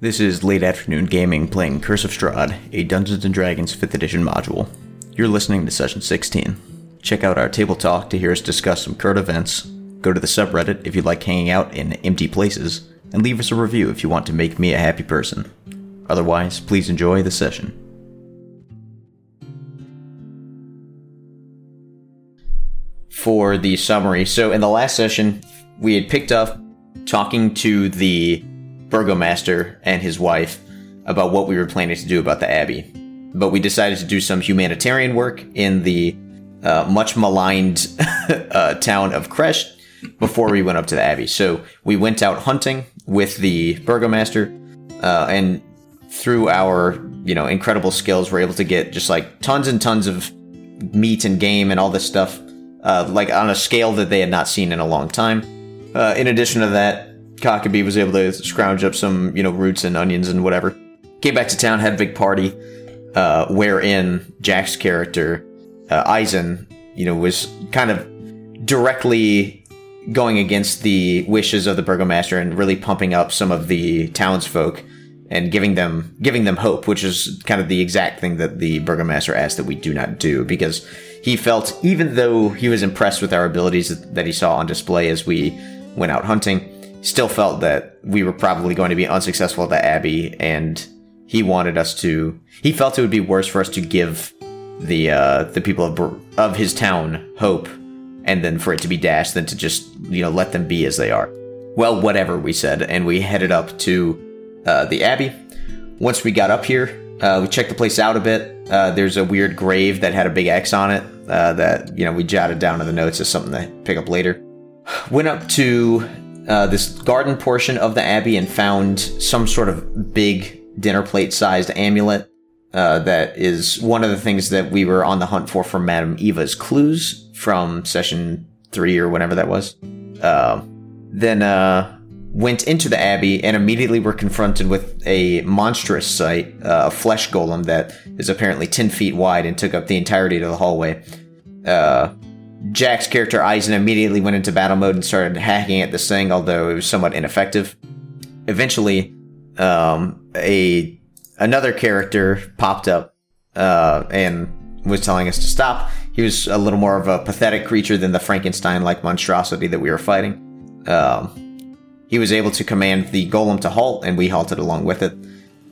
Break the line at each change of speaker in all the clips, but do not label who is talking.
This is Late Afternoon Gaming playing Curse of Strahd, a Dungeons & Dragons 5th Edition module. You're listening to Session 16. Check out our table talk to hear us discuss some current events, go to the subreddit if you like hanging out in empty places, and leave us a review if you want to make me a happy person. Otherwise, please enjoy the session. For the summary, so in the last session, we had picked up talking to the burgomaster and his wife about what we were planning to do about the abbey. But we decided to do some humanitarian work in the uh, much maligned uh, town of Kresh before we went up to the abbey. So we went out hunting with the burgomaster, uh, and through our you know incredible skills, we're able to get just like tons and tons of meat and game and all this stuff, uh, like on a scale that they had not seen in a long time. Uh, in addition to that, Cockabee was able to scrounge up some, you know, roots and onions and whatever. Came back to town, had a big party, uh, wherein Jack's character, uh, Eisen, you know, was kind of directly going against the wishes of the burgomaster and really pumping up some of the townsfolk and giving them giving them hope, which is kind of the exact thing that the burgomaster asked that we do not do because he felt even though he was impressed with our abilities that he saw on display as we went out hunting, still felt that we were probably going to be unsuccessful at the abbey and he wanted us to he felt it would be worse for us to give the uh the people of Bur- of his town hope and then for it to be dashed than to just you know let them be as they are well whatever we said and we headed up to uh, the abbey. Once we got up here, uh, we checked the place out a bit. Uh, there's a weird grave that had a big X on it uh, that you know we jotted down in the notes as something to pick up later. Went up to uh, this garden portion of the abbey and found some sort of big dinner plate sized amulet. Uh, that is one of the things that we were on the hunt for from Madame Eva's clues from session three or whenever that was. Uh, then uh, went into the abbey and immediately were confronted with a monstrous sight uh, a flesh golem that is apparently 10 feet wide and took up the entirety of the hallway uh, jack's character eisen immediately went into battle mode and started hacking at this thing although it was somewhat ineffective eventually um, a another character popped up uh, and was telling us to stop he was a little more of a pathetic creature than the frankenstein like monstrosity that we were fighting um, he was able to command the golem to halt, and we halted along with it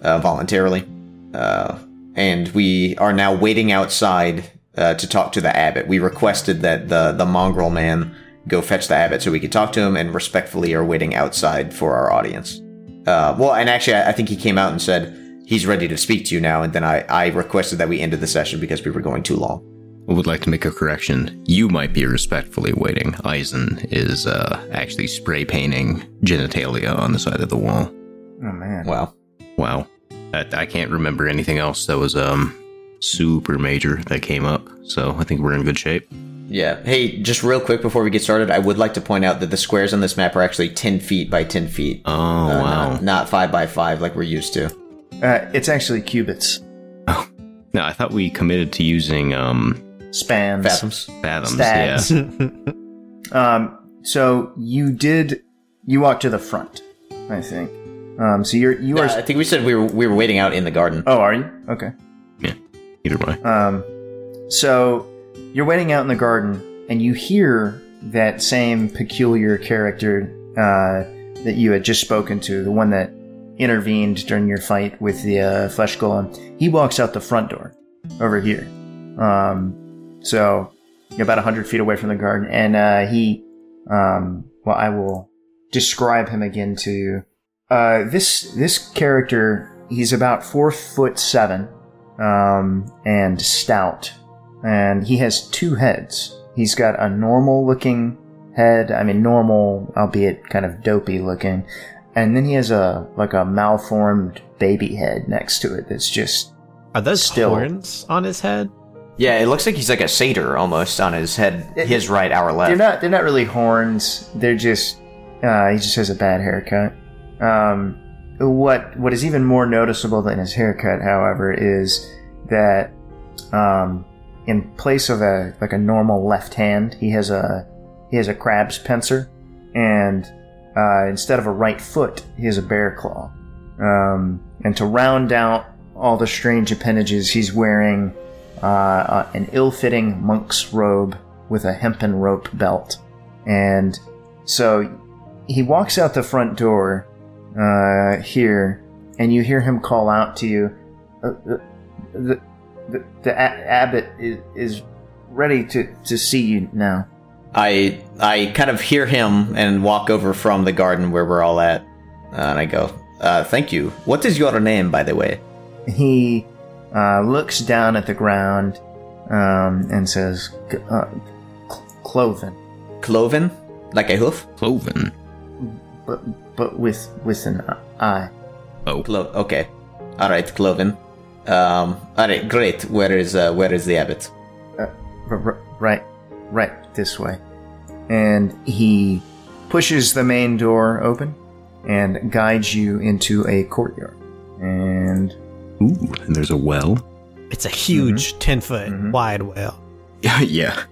uh, voluntarily. Uh, and we are now waiting outside uh, to talk to the abbot. We requested that the the mongrel man go fetch the abbot so we could talk to him, and respectfully are waiting outside for our audience. Uh, well, and actually, I, I think he came out and said he's ready to speak to you now. And then I, I requested that we ended the session because we were going too long.
I would like to make a correction. You might be respectfully waiting. Eisen is uh, actually spray painting genitalia on the side of the wall.
Oh man.
Wow.
Wow. I, I can't remember anything else that was um super major that came up, so I think we're in good shape.
Yeah. Hey, just real quick before we get started, I would like to point out that the squares on this map are actually 10 feet by 10 feet.
Oh,
Uh,
wow.
Not, not five by five like we're used to.
Uh, it's actually qubits.
No, I thought we committed to using um
Spans.
Fathoms.
fathoms.
Stabs. um, so you did. You walked to the front, I think. Um, so you're you are.
Uh, I think we said we were we were waiting out in the garden.
oh, are you okay?
Yeah. Either way.
Um, so you're waiting out in the garden, and you hear that same peculiar character uh, that you had just spoken to, the one that intervened during your fight with the uh, flesh golem. He walks out the front door over here. Um, so you're about hundred feet away from the garden, and uh, he. Um, well, I will describe him again to you. Uh, this this character, he's about four foot seven um, and stout. And he has two heads. He's got a normal looking head. I mean, normal, albeit kind of dopey looking. And then he has a like a malformed baby head next to it. That's just
Are those
Still.
horns on his head?
Yeah, it looks like he's like a satyr almost on his head,
It-
his right, our left.
they're not they're not really horns. They're just uh, he just has a bad haircut. Um, what what is even more noticeable than his haircut, however, is that um, in place of a like a normal left hand, he has a he has a crab's pincer, and uh, instead of a right foot, he has a bear claw. Um, and to round out all the strange appendages, he's wearing uh, uh, an ill fitting monk's robe with a hempen rope belt. And so he walks out the front door uh, here, and you hear him call out to you uh, uh, The, the, the a- abbot is, is ready to, to see you now.
I I kind of hear him and walk over from the garden where we're all at, uh, and I go, uh, "Thank you. What is your name, by the way?"
He uh, looks down at the ground um, and says, "C- uh, C- Cloven,
Cloven, like a hoof.
Cloven.
but, but with, with an eye.
Oh,
Clo- okay, all right, Cloven. Um, all right, great. Where is uh, where is the abbot?
R- r- right, right this way. And he pushes the main door open and guides you into a courtyard. And
ooh, and there's a well.
It's a huge 10 foot
Mhm.
wide well.
yeah.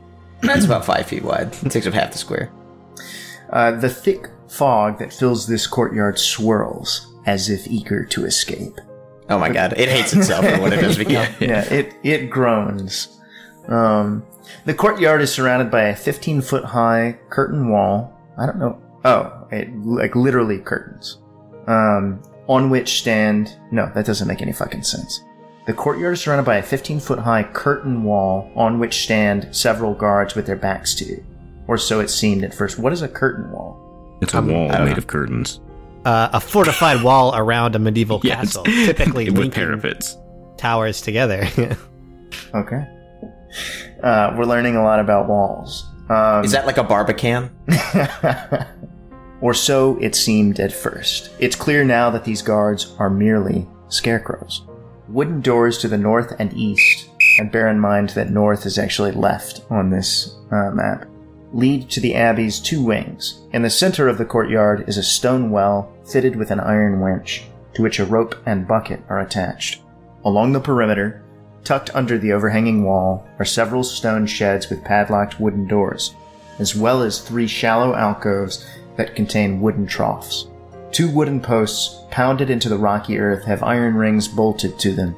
That's about five feet wide. It takes up half the square.
uh, the thick fog that fills this courtyard swirls as if eager to escape.
Oh my god, it hates itself for what it has become.
yeah, it it groans. Um, the courtyard is surrounded by a 15 foot high curtain wall. I don't know. Oh, it, like literally curtains. Um, on which stand. No, that doesn't make any fucking sense. The courtyard is surrounded by a 15 foot high curtain wall on which stand several guards with their backs to you. Or so it seemed at first. What is a curtain wall?
It's a
Um,
wall
I don't
made
know.
of curtains.
Uh, a fortified wall around a medieval castle,
it's-
typically
with
linking
parapets.
towers together.
Okay. Uh, we're learning a lot about walls. Um,
Is that like a barbican?
or so it seemed at first. It's clear now that these guards are merely scarecrows. Wooden doors to the north and east, and bear in mind that north is actually left on this uh, map, lead to the abbey's two wings. In the center of the courtyard is a stone well fitted with an iron winch, to which a rope and bucket are attached. Along the perimeter, tucked under the overhanging wall, are several stone sheds with padlocked wooden doors as well as three shallow alcoves that contain wooden troughs. Two wooden posts, pounded into the rocky earth, have iron rings bolted to them,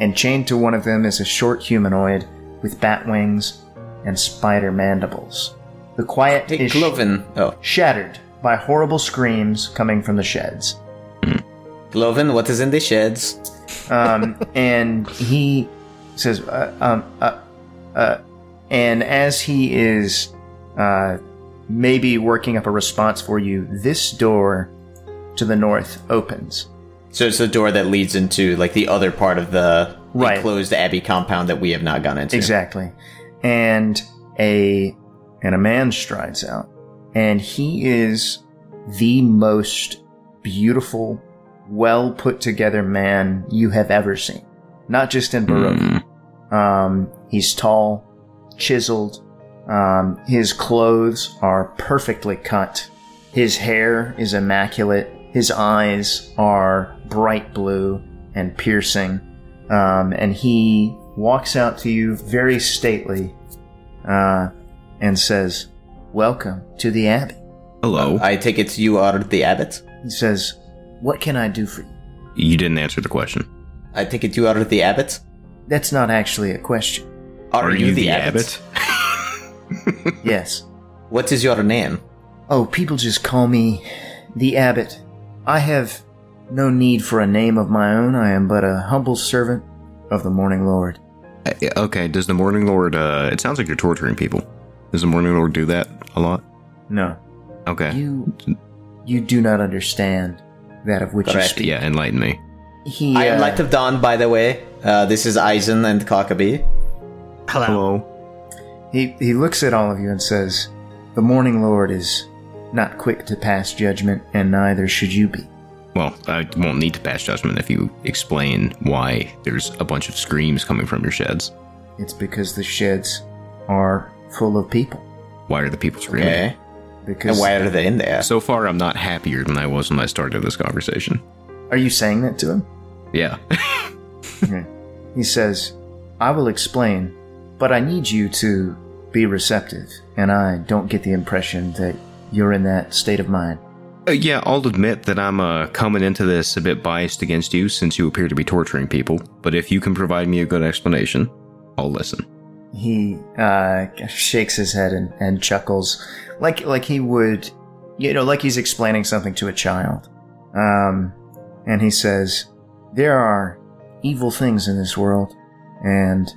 and chained to one of them is a short humanoid with bat wings and spider mandibles. The quiet
Hey,
is
Cloven. Oh,
shattered by horrible screams coming from the sheds.
Cloven, what is in the sheds?
um, and he says, uh, um, uh, uh, and as he is uh, maybe working up a response for you, this door to the north opens.
So it's the door that leads into like the other part of the
Right.
enclosed abbey compound that we have not gone into.
Exactly, and a and a man strides out, and he is the most beautiful, well put together man you have ever seen. Not just in Baroque,
Mm.
Um, he's tall, chiseled. Um, his clothes are perfectly cut. His hair is immaculate. His eyes are bright blue and piercing. Um, and he walks out to you very stately uh, and says, Welcome to the Abbey.
Hello.
I take it you are the abbot.
He says, What can I do for you?
you didn't answer the question.
I take it you are the abbot.
That's not actually a question.
Are, you, the, abbot?
Yes.
What is your name?
Oh, people just call me the Abbot. I have no need for a name of my own. I am but a humble servant of the Morning Lord.
Uh, Okay, does the Morning Lord, uh, it sounds like you're torturing people. Does the Morning Lord do that a lot?
No,
Okay.
you you do not understand that of which
Correct,
you speak.
Yeah, enlighten me.
He,
I am
uh,
Light of Dawn, by the way. Uh, this is Eisen and Cockabee.
Hello.
Hello.
he he looks at all of you and says, "The Morning Lord is not quick to pass judgment, and neither should you be."
Well, I won't need to pass judgment if you explain why there's a bunch of screams coming from your sheds.
It's because the sheds are full of people.
Why are the people screaming?
Okay.
Because
And why are they in there?
So far, I'm not happier than I was when I started this conversation.
are you saying that to him?
Yeah.
He says, I will explain, but I need you to be receptive, and I don't get the impression that you're in that state of mind.
Uh, yeah, I'll admit that I'm uh, coming into this a bit biased against you since you appear to be torturing people, but if you can provide me a good explanation, I'll listen.
He uh, shakes his head and, and chuckles, like like he would, you know, like he's explaining something to a child. Um, and he says, "There are evil things in this world, and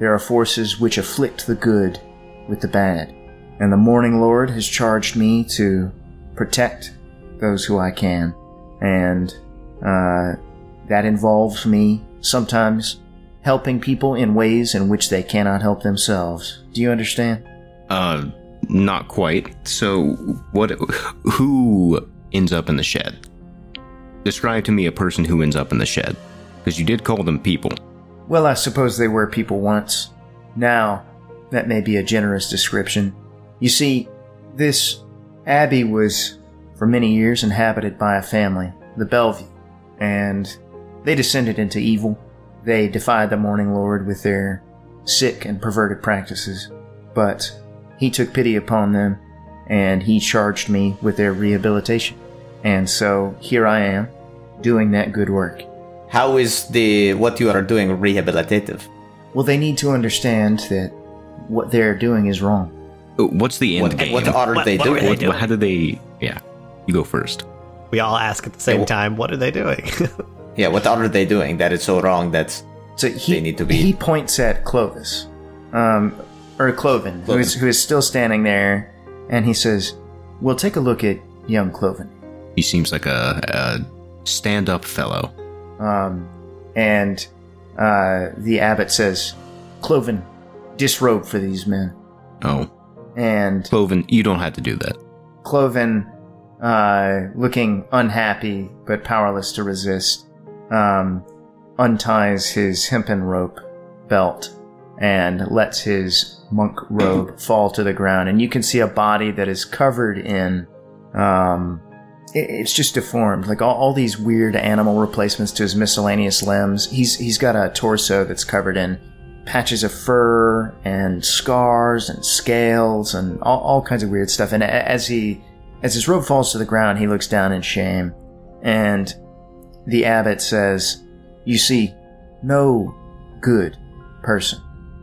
there are forces which afflict the good with the bad. And the Morning Lord has charged me to protect those who I can, and uh, that involves me sometimes." helping people in ways in which they cannot help themselves. Do you understand?
Uh, not quite. So, what? Who ends up in the shed? Describe to me a person who ends up in the shed, because you did call them people.
Well, I suppose they were people once. Now, that may be a generous description. You see, this abbey was for many years inhabited by a family, the Bellevue, and they descended into evil. They defied the Morning Lord with their sick and perverted practices, but he took pity upon them and he charged me with their rehabilitation. And so here I am, doing that good work.
How is the what you are doing rehabilitative?
Well, they need to understand that what they're doing is wrong.
Uh, What's the end
What,
game?
what are
What-
they
what
doing?
were
What-
doing?
how do they? Yeah, you go first.
We all ask at the same
well-
time, what are they doing?
Yeah, what are they doing that is so wrong that
So he,
They need to be-
He points at Clovis, um, or Cloven, Who, is,
Cloven.
who is still standing there, and he says, "We'll take a look at young Cloven."
He seems like a, a stand-up fellow.
Um, and uh, the abbot says, "Cloven, disrobe for these men."
Oh,
And
Cloven, you don't have to do that.
Cloven, uh, looking unhappy but powerless to resist, um, unties his hempen rope belt and lets his monk robe fall to the ground. And you can see a body that is covered in. Um, it- it's just deformed, like all, all these weird animal replacements to his miscellaneous limbs. He's he's got a torso that's covered in patches of fur and scars and scales and all, all kinds of weird stuff. And a- as he as his robe falls to the ground, he looks down in shame. And the abbot says, "You see, no good person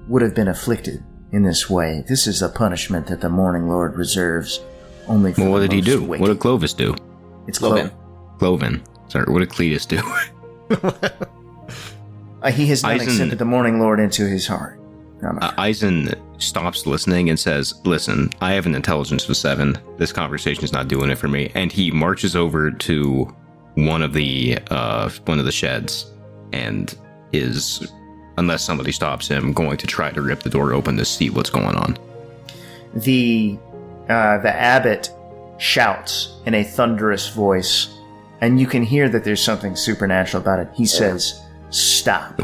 would have been afflicted in this way. This is the punishment that the Morning Lord reserves only for
Well, what
the
did he
most
do?
wicked."
What did Clovis do?
It's
Logan.
Cloven.
Cloven. Sorry, what did Cletus do?
Uh, he has not
Eisen-
accepted the Morning Lord into his heart. I'm
Uh, Eisen stops listening and says, Listen, I have an intelligence of seven. This conversation's not doing it for me. And he marches over to one of the uh, one of the sheds and is, unless somebody stops him, going to try to rip the door open to see what's going on.
the uh, the abbot shouts in a thunderous voice, and you can hear that there's something supernatural about it. He says, "Stop!"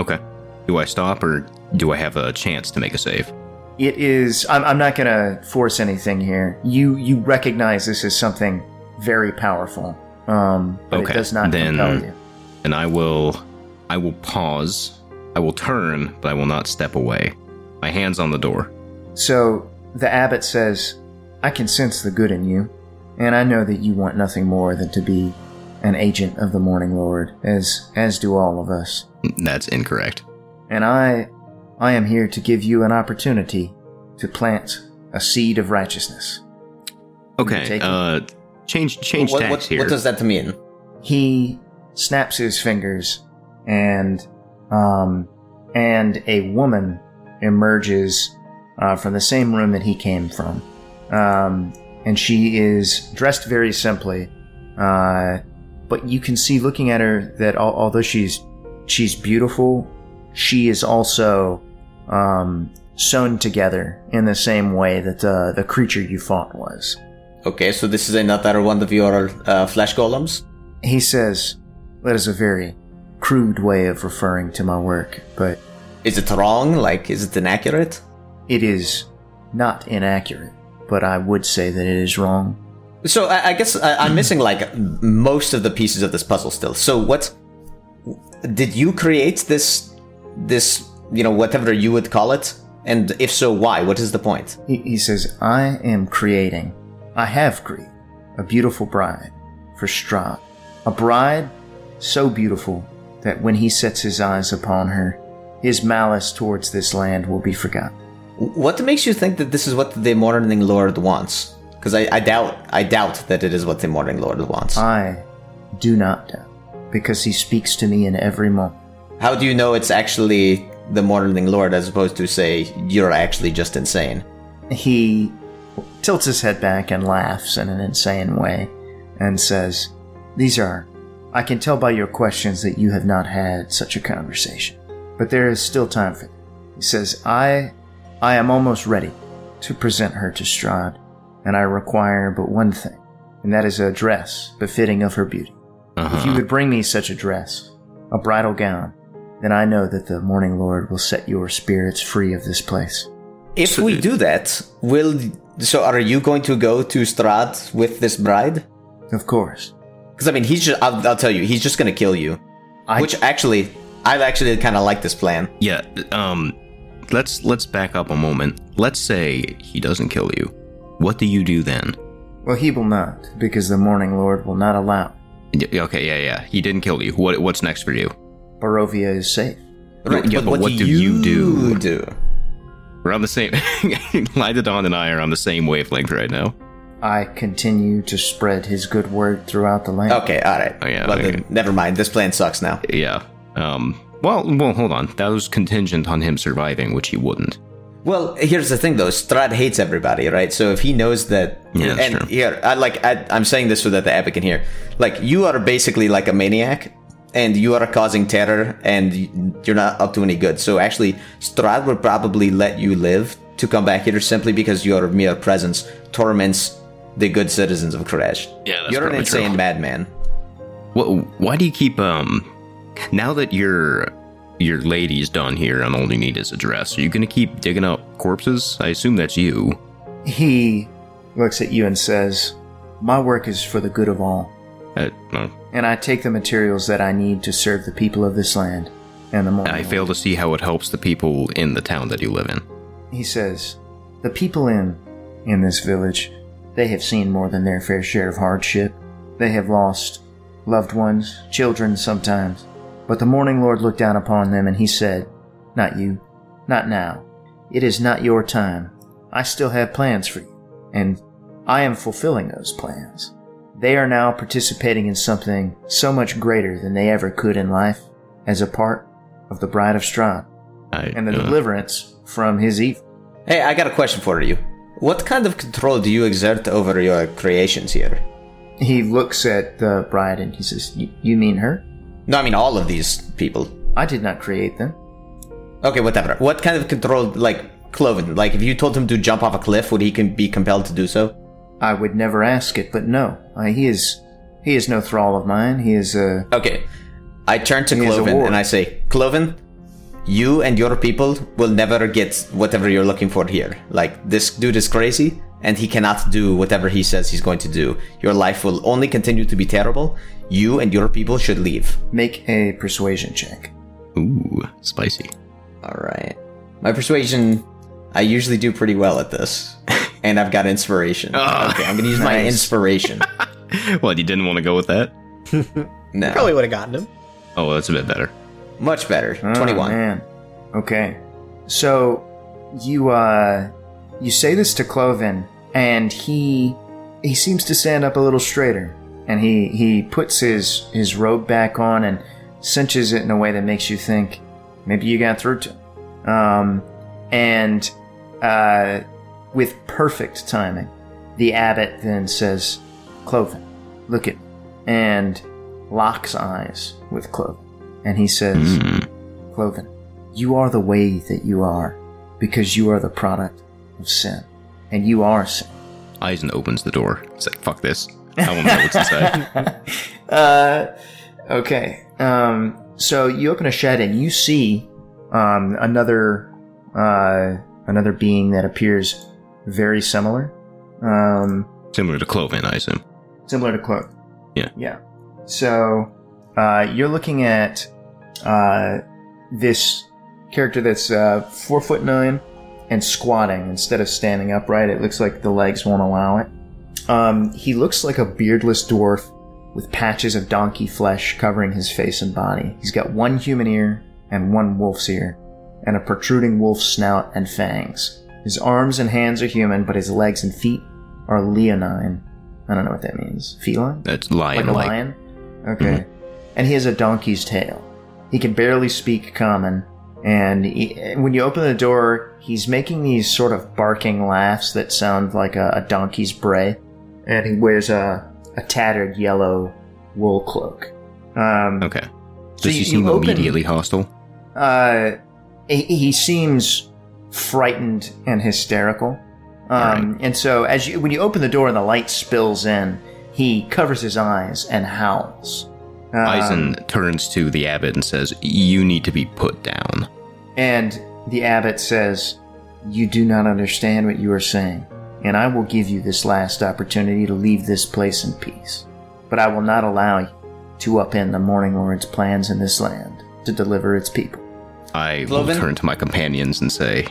Okay. Do I stop or do I have a chance to make a save?
It is. I'm, I'm not going to force anything here. You you recognize this is something very powerful, um, but
Okay,
it does not
then-
compel you.
and I will I will pause. I will turn, but I will not step away. My hands on the door.
So the abbot says, I can sense the good in you, and I know that you want nothing more than to be an agent of the Morning Lord, as as do all of us.
That's incorrect.
And I I am here to give you an opportunity to plant a seed of righteousness.
Okay.
take it.
Uh change change
what,
tax
what-
here.
what does that mean?
He snaps his fingers and um and a woman emerges uh, from the same room that he came from. Um, and she is dressed very simply, uh, but you can see looking at her that al- although she's she's beautiful, she is also um, sewn together in the same way that uh, the creature you fought was.
Okay, so this is another one of your uh, flash golems.
He says, That is a very crude way of referring to my work, but
Is it wrong? Like, is it inaccurate?
it is not inaccurate. But I would say that it is wrong.
So I, I guess I, I'm missing like most of the pieces of this puzzle still. So what did you create this? This you know whatever you would call it, and if so, why? What is the point?
He, he says, I am creating. I have created a beautiful bride for Strahd, a bride so beautiful that when he sets his eyes upon her, his malice towards this land will be forgotten.
What makes you think that this is what the Morning Lord wants? Because I, I doubt, I doubt that it is what the Morning Lord wants.
I do not doubt, because he speaks to me in every moment.
How do you know it's actually the Morning Lord as opposed to say you're actually just insane?
He tilts his head back and laughs in an insane way and says, These are, I can tell by your questions that you have not had such a conversation, but there is still time for it. He says, I, I am almost ready to present her to Strahd, and I require but one thing, and that is a dress befitting of her beauty. If you
Uh-huh.
would bring me such a dress, a bridal gown, then I know that the Morning Lord will set your spirits free of this place.
If
So-
we do that, will so are you going to go to Strad with this bride?
Of course.
Because I mean, he's just, I'll, I'll tell you, he's just going to kill you.
I-
Which actually, I actually kind of like this plan.
Yeah. Um. Let's let's back up a moment. Let's say he doesn't kill you. What do you do then?
Well, he will not, because the Morning Lord will not allow.
Y- okay. Yeah. Yeah. He didn't kill you. What what's next for you?
Barovia is safe.
Yeah, but what do you do?
do?
We're on the same. Lida Dawn and I are on the same wavelength right now.
I continue to spread his good word throughout the land.
Okay, all right.
Oh, yeah,
Well, then,
okay.
never mind. This plan sucks now.
Yeah. Um. Well. Well. Hold on. That was contingent on him surviving, which he wouldn't.
Well, here's the thing, though. Strad hates everybody, right? So if he knows that,
Yeah, that's
and
true.
here, I like, I, I'm saying this so that the epic can hear. Like, you are basically like a maniac, and you are causing terror, and you're not up to any good. So actually, Strad would probably let you live to come back here simply because your mere presence torments the good citizens of Koresh.
Yeah, that's
you're an
probably true.
insane madman.
Well, why do you keep um? Now that your your lady's done here and all you need is a dress, are you gonna keep digging up corpses? I assume that's you.
He looks at you and says, My work is for the good of all,
Uh, uh,
and I take the materials that I need to serve the people of this land and the Morning
I
Lord."
fail to see how it helps the people in the town that you live in.
He says, "The people in in this village, they have seen more than their fair share of hardship. They have lost loved ones, children sometimes. But the Morning Lord looked down upon them and he said, "Not you, not now. It is not your time. I still have plans for you, and I am fulfilling those plans. They are now participating in something so much greater than they ever could in life, as a part of the Bride of Strahd
I,
and the
uh,
deliverance from his evil."
Hey, I got a question for you. What kind of control do you exert over your creations here?
He looks at the bride and he says, "Y- "You mean her?
No, I mean all of these people.
I did not create them.
Okay, whatever. What kind of control, like Cloven? Like, if you told him to jump off a cliff, would he can be compelled to do so?
I would never ask it, but no, uh, he is he is no thrall of mine. He is a
Okay, I turn to
He is a
Cloven
ward.
and I say, Cloven, you and your people will never get whatever you're looking for here. Like, this dude is crazy, and he cannot do whatever he says he's going to do. Your life will only continue to be terrible. You and your people should leave.
make a persuasion check.
Ooh, spicy.
All right. My persuasion, I usually do pretty well at this. And I've got inspiration.
Ah,
okay, I'm going to use my
nice.
inspiration.
What, you didn't want to go with that?
No.
Probably would have gotten him.
Oh, that's a bit better.
Much better.
Ah,
Oh,
21.
Man. Okay, so you uh you say this to Cloven, and he he seems to stand up a little straighter, and he he puts his his robe back on and cinches it in a way that makes you think maybe you got through to him. Um, and uh, with perfect timing, the abbot then says, Cloven, look at me," and locks eyes with Cloven. And he says,
Mm.
Cloven, you are the way that you are because you are the product of sin. And you are sin.
Eisen opens the door. It's like, fuck this. I won't know what's inside.
uh, okay. Um, so you open a shed and you see um, another uh, another being that appears very similar, um,
Similar to Cloven, I assume.
similar to Cloak.
Yeah.
Yeah. So uh, you're looking at uh, this character that's uh, four foot nine and squatting instead of standing upright. It looks like the legs won't allow it. Um, he looks like a beardless dwarf with patches of donkey flesh covering his face and body. He's got one human ear and one wolf's ear, and a protruding wolf's snout and fangs. His arms and hands are human, but his legs and feet are leonine. I don't know what that means. Feline?
That's
Like
lion
a
like. Mm-hmm.
lion? Okay. And he has a donkey's tail. He can barely speak common. And he, when you open the door, he's making these sort of barking laughs that sound like a, a donkey's bray. And he wears a, a tattered yellow wool cloak. Um,
Okay.
So
Does
you-
he
you
seem
open-
immediately hostile?
uh, he, he seems frightened and hysterical. Um, And so, as you, when you open the door and the light spills in, he covers his eyes and howls. Um,
Eisen turns to the abbot and says, You need to be put down.
And the abbot says, You do not understand what you are saying, and I will give you this last opportunity to leave this place in peace. But I will not allow you to upend the Morning Lord's plans in this land to deliver its people.
I will
Cloven?
turn to my companions and say,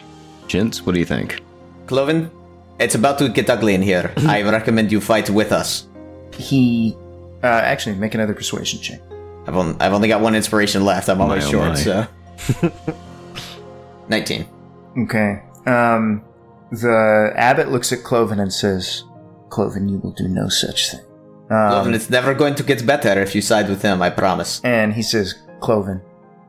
Gents, what do you think?
Cloven, it's about to get ugly in here. I recommend you fight with us.
He. Uh, actually, make another persuasion check.
I've only, I've only got one inspiration left. I'm always
My, oh
short,
my.
so. 19.
Okay. Um, the abbot looks at Cloven and says, "Cloven, you will do no such thing."
Cloven,
Um,
it's never going to get better if you side with him, I promise.
and he says, "Cloven,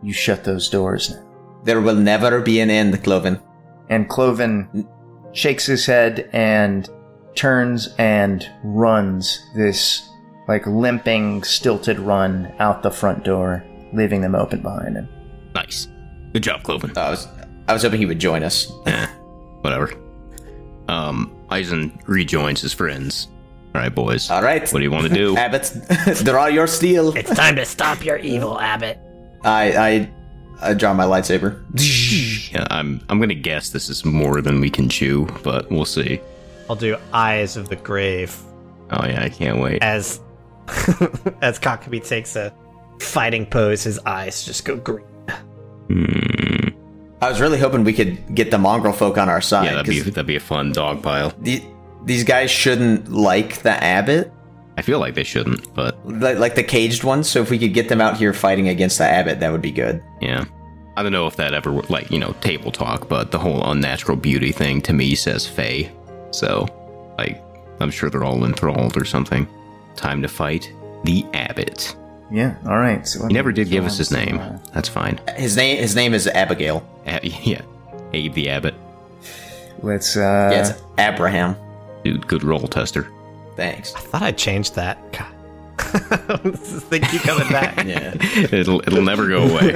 you shut those doors." Now.
There will never be an end, Cloven.
And Cloven shakes his head and turns and runs this like limping, stilted run out the front door, leaving them open behind him.
Nice. Good job, Cloven.
I was, I was hoping he would join us.
Uh, Whatever. Um, Eisen rejoins his friends. All right, boys.
All right.
What do you want to do?
Abbott, draw your steel.
It's time to stop your evil, Abbott.
I, I, I draw my lightsaber.
Yeah, I'm I'm gonna guess this is more than we can chew, but we'll see.
I'll do Eyes of the Grave
Oh yeah, I can't wait.
as as Cockabee takes a fighting pose. His eyes just go green.
Hmm.
I was really hoping we could get the mongrel folk on our side.
Yeah, that'd be
Uh, 'cause
that'd be a fun dog pile.
the- these guys shouldn't like the abbot,
I feel like they shouldn't, but
like, like the caged ones. So if we could get them out here fighting against the abbot, that would be good.
yeah. I don't know if that ever w- like you know table talk, but the whole unnatural beauty thing to me says Fey. So, like, I'm sure they're all enthralled or something. Time to fight the abbot.
Yeah. All right. So let
He
me
never did give
throw
us
out
his
some,
name.
uh,
That's fine.
His name, his name is Abigail.
Ab- yeah, Abe the abbot.
Let's. Uh,
yeah, it's Abraham.
Dude, good roll tester.
Thanks.
I thought I changed that. God. they keep coming back.
Yeah,
it'll it'll never go away.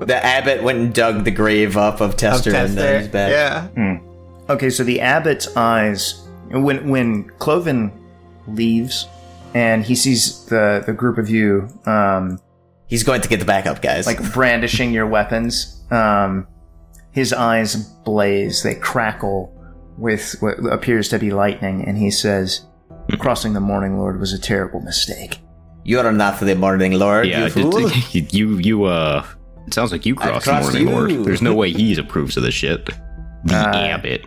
the abbot went and dug the grave up of Tester, and then he's back.
Yeah.
Okay, so the abbot's eyes when when Cloven leaves and he sees the the group of you um,
He's going to get the backup, guys.
like brandishing your weapons, um, his eyes blaze, they crackle with what appears to be lightning, and he says, "Crossing the Morning Lord was a terrible mistake."
you are not the morning lord.
yeah,
you
d-
fool.
d- you you uh. It sounds like you crossed the
crossed
morning
you.
lord. There's no way he approves of this shit. The
Uh,
abbot.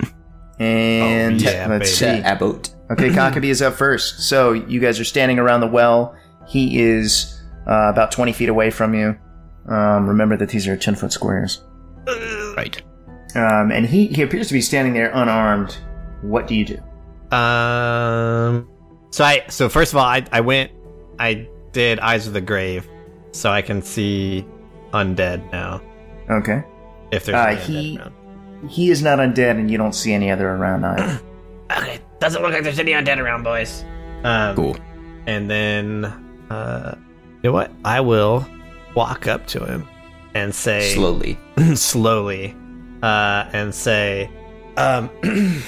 And
Oh, yeah,
let's
The
see.
abbot.
Okay, Cockabee is up first. So you guys are standing around the well. He is uh, about 20 feet away from you. Um, remember that these are 10 foot squares.
Right.
Um, and he, he appears to be standing there unarmed. What do you do?
Um. So I. So first of all, I I went. I did Eyes of the Grave, so I can see undead now.
Okay.
If there's
Uh,
any undead
he-
around.
He is not undead, and you don't see any other around either.
Okay, doesn't look like there's any undead around, boys.
Um,
Cool.
And then, uh, you know what? I will walk up to him and say
Slowly.
slowly, uh, and say, um,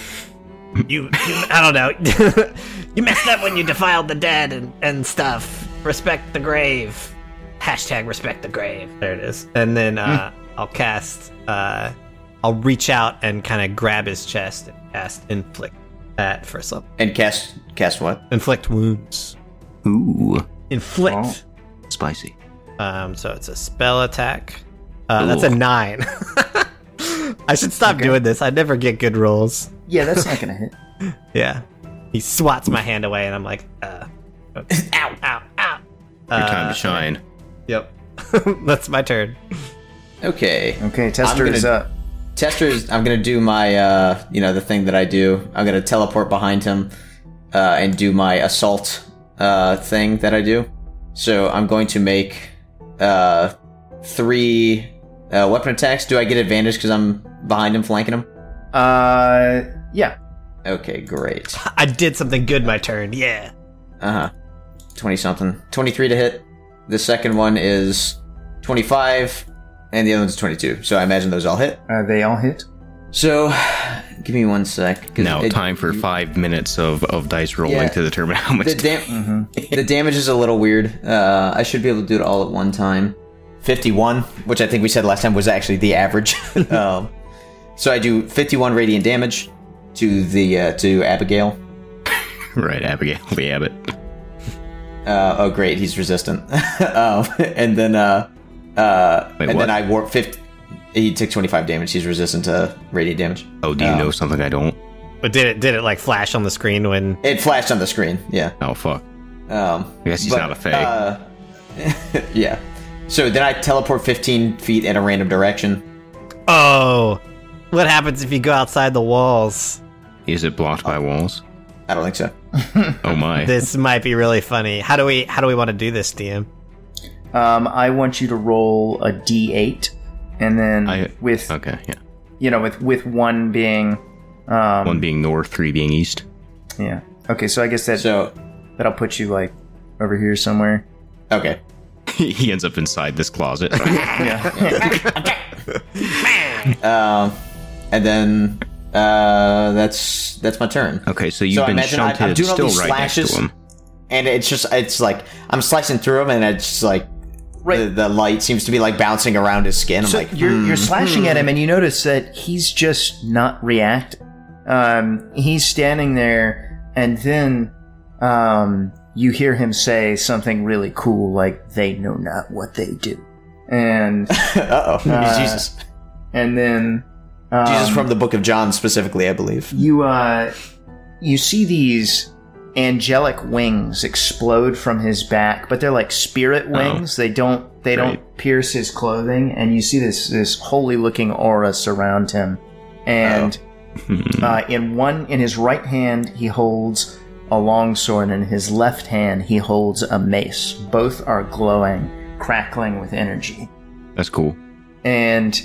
You, you I don't know. you messed up when you defiled the dead and, and stuff. Respect the grave. Hashtag respect the grave.
there it is. And then uh, I'll cast. Uh, I'll reach out and kind of grab his chest and cast inflict at first level.
And cast, cast what?
Inflict wounds.
Ooh,
Inflict.
spicy.
Um, so it's a spell attack. Uh, that's
Ooh.
a nine. I should stop doing this. I never get good rolls.
Yeah, that's not going to hit.
Yeah. He swats my hand away, and I'm like, uh, ow, ow, ow.
Your
Uh,
time to shine.
Yep. That's my turn.
Okay.
Okay, Tester
I'm gonna-
is up.
Testers, I'm gonna do my, uh, you know, the thing that I do. I'm gonna teleport behind him uh, and do my assault uh, thing that I do. So I'm going to make uh, three uh, weapon attacks. Do I get advantage because I'm behind him, flanking him?
Uh, yeah.
Okay, great.
I did something good my turn. Yeah.
Uh huh. 20 something. 23 to hit. The second one is 25, and the other one's 22. So I imagine those all hit.
Uh, they all hit.
So give me one sec. 'cause
Now,
it-
time for five minutes of, of dice rolling
Yeah.
to determine how much.
The, dam- the damage is a little weird. Uh, I should be able to do it all at one time. 51, which I think we said last time was actually the average. um, so I do 51 radiant damage to the uh, to Abigail.
right, Abigail, the abbot.
Uh, oh, great, he's resistant. um, and then uh, uh,
Wait,
and
what?
then I warp 50. He took 25 damage. He's resistant to radiant damage.
Oh, do you
uh,
know something I don't?
But did it did it like flash on the screen when
It flashed on the screen. Yeah.
Oh, fuck.
Um,
I guess he's
But,
not a fae.
Uh, yeah. So then I teleport 15 feet in a random direction.
Oh what happens if you go outside the walls?
Is it blocked by walls?
I don't think so.
Oh my.
This might be really funny. How do we how do we want to do this, DM?
Um, I want you to roll a d8, and then
I- uh,
with
okay, yeah.
you know with with one being, um,
One being north, three being east.
yeah. Okay, so I guess that
So,
that'll put you like over here somewhere.
okay.
he ends up inside this closet.
Yeah.
Um, and then uh, that's that's my turn.
okay, so you've
So I
been
imagine I- I'm
shunted
doing all
still
these
right next
slashes.
to him.
And it's just it's like I'm slicing through him, and it's just like the,
Right.
the light seems to be like bouncing around his skin. I'm
So
like,
you're you're slashing at him, and you notice that he's just not reacting. Um, he's standing there, and then um, you hear him say something really cool, like "They know not what they do," and
uh oh,
Uh,
Jesus,
and then um,
Jesus from the Book of John specifically, I believe.
you uh you see these angelic wings explode from his back but they're like spirit wings they don't they don't
Right.
pierce his clothing and you see this this holy looking aura surround him and uh, in one in his right hand he holds a long sword and in his left hand he holds a mace both are glowing crackling with energy
That's cool.
and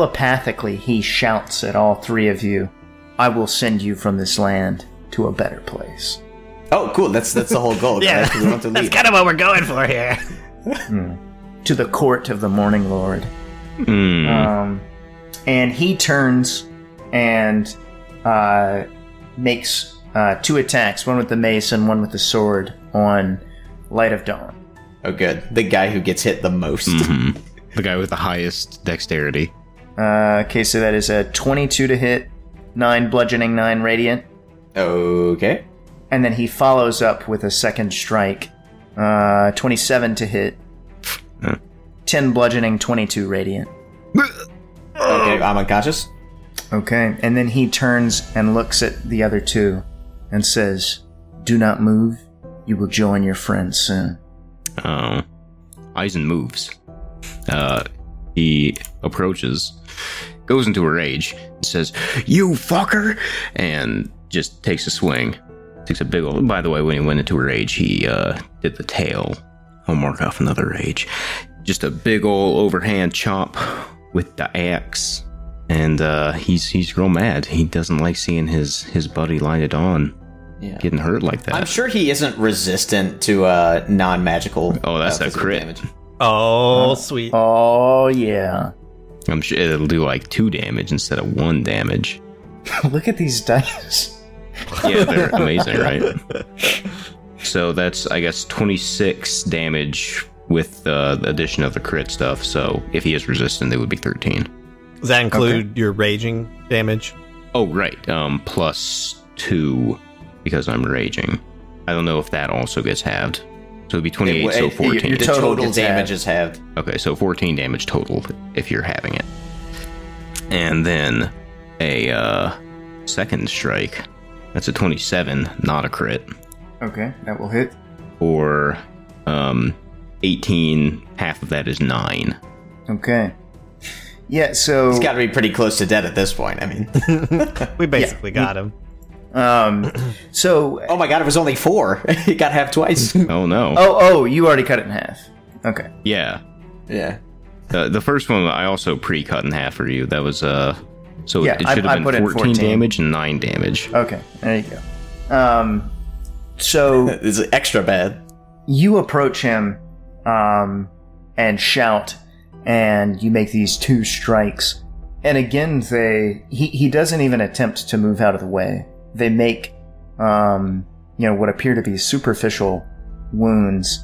telepathically he shouts at all three of you, I will send you from this land to a better place.
Oh, cool. That's that's the whole goal.
Yeah,
right? 'Cause we want to
that's
leave.
kind of what we're going for here.
To the court of the Morning Lord.
Mm.
Um, and he turns and uh, makes uh, two attacks one with the mace and one with the sword on Light of Dawn.
Oh, good. The guy who gets hit the most.
Mhm. The guy with the highest dexterity.
Uh, okay, so that is a 22 to hit, 9 bludgeoning, 9 radiant.
Okay.
And then he follows up with a second strike. Uh, 27 to hit.
Huh.
10 bludgeoning, 22 radiant.
Okay, I'm unconscious.
Okay. And then he turns and looks at the other two and says, Do not move. You will join your friends soon.
Oh. Eisen moves. Uh, he approaches, goes into a rage, and says, You fucker! And just takes a swing. Takes a big old. By the way, when he went into a rage, he uh, did the tail. Homework off another rage. Just a big old overhand chop with the axe. And uh, he's he's real mad. He doesn't like seeing his, his buddy line it on,
Yeah.
getting hurt like that.
I'm sure he isn't resistant to uh, non-magical.
Oh, that's
uh,
a
physical
crit.
Oh, sweet.
Oh, yeah.
I'm sure it'll do like two damage instead of one damage.
Look at these dice.
Yeah, they're amazing, right? So that's I guess 26 damage with uh, the addition of the crit stuff. So if he is resistant, it would be 13.
Does that include your raging damage?
Oh right, um, plus two because I'm raging. I don't know if that also gets halved. So it'd be 28,
It-
so
it-
14.
The
Total
total,
gets
damage
halved.
is halved.
Okay, so 14 damage total if you're having it. And then a uh, second strike. That's a 27, not a crit.
Okay, that will hit.
Or um, 18, half of that is 9.
Okay. Yeah, so
It's got to be pretty close to dead at this point. I mean,
We basically got him.
um so
oh my god, it was only four. you got half twice.
Oh no.
oh oh, you already cut it in half. Okay.
Yeah.
yeah.
Uh, the first one I also pre cut in half for you. That was, uh, so
Yeah,
it should
I-
have
I
been
put in
14,
14.
damage and 9 damage.
Okay. There you go. Um so
It's extra bad.
you approach him um, and shout, and you make these two strikes. And again, they he, he doesn't even attempt to move out of the way. They make um, you know what appear to be superficial wounds,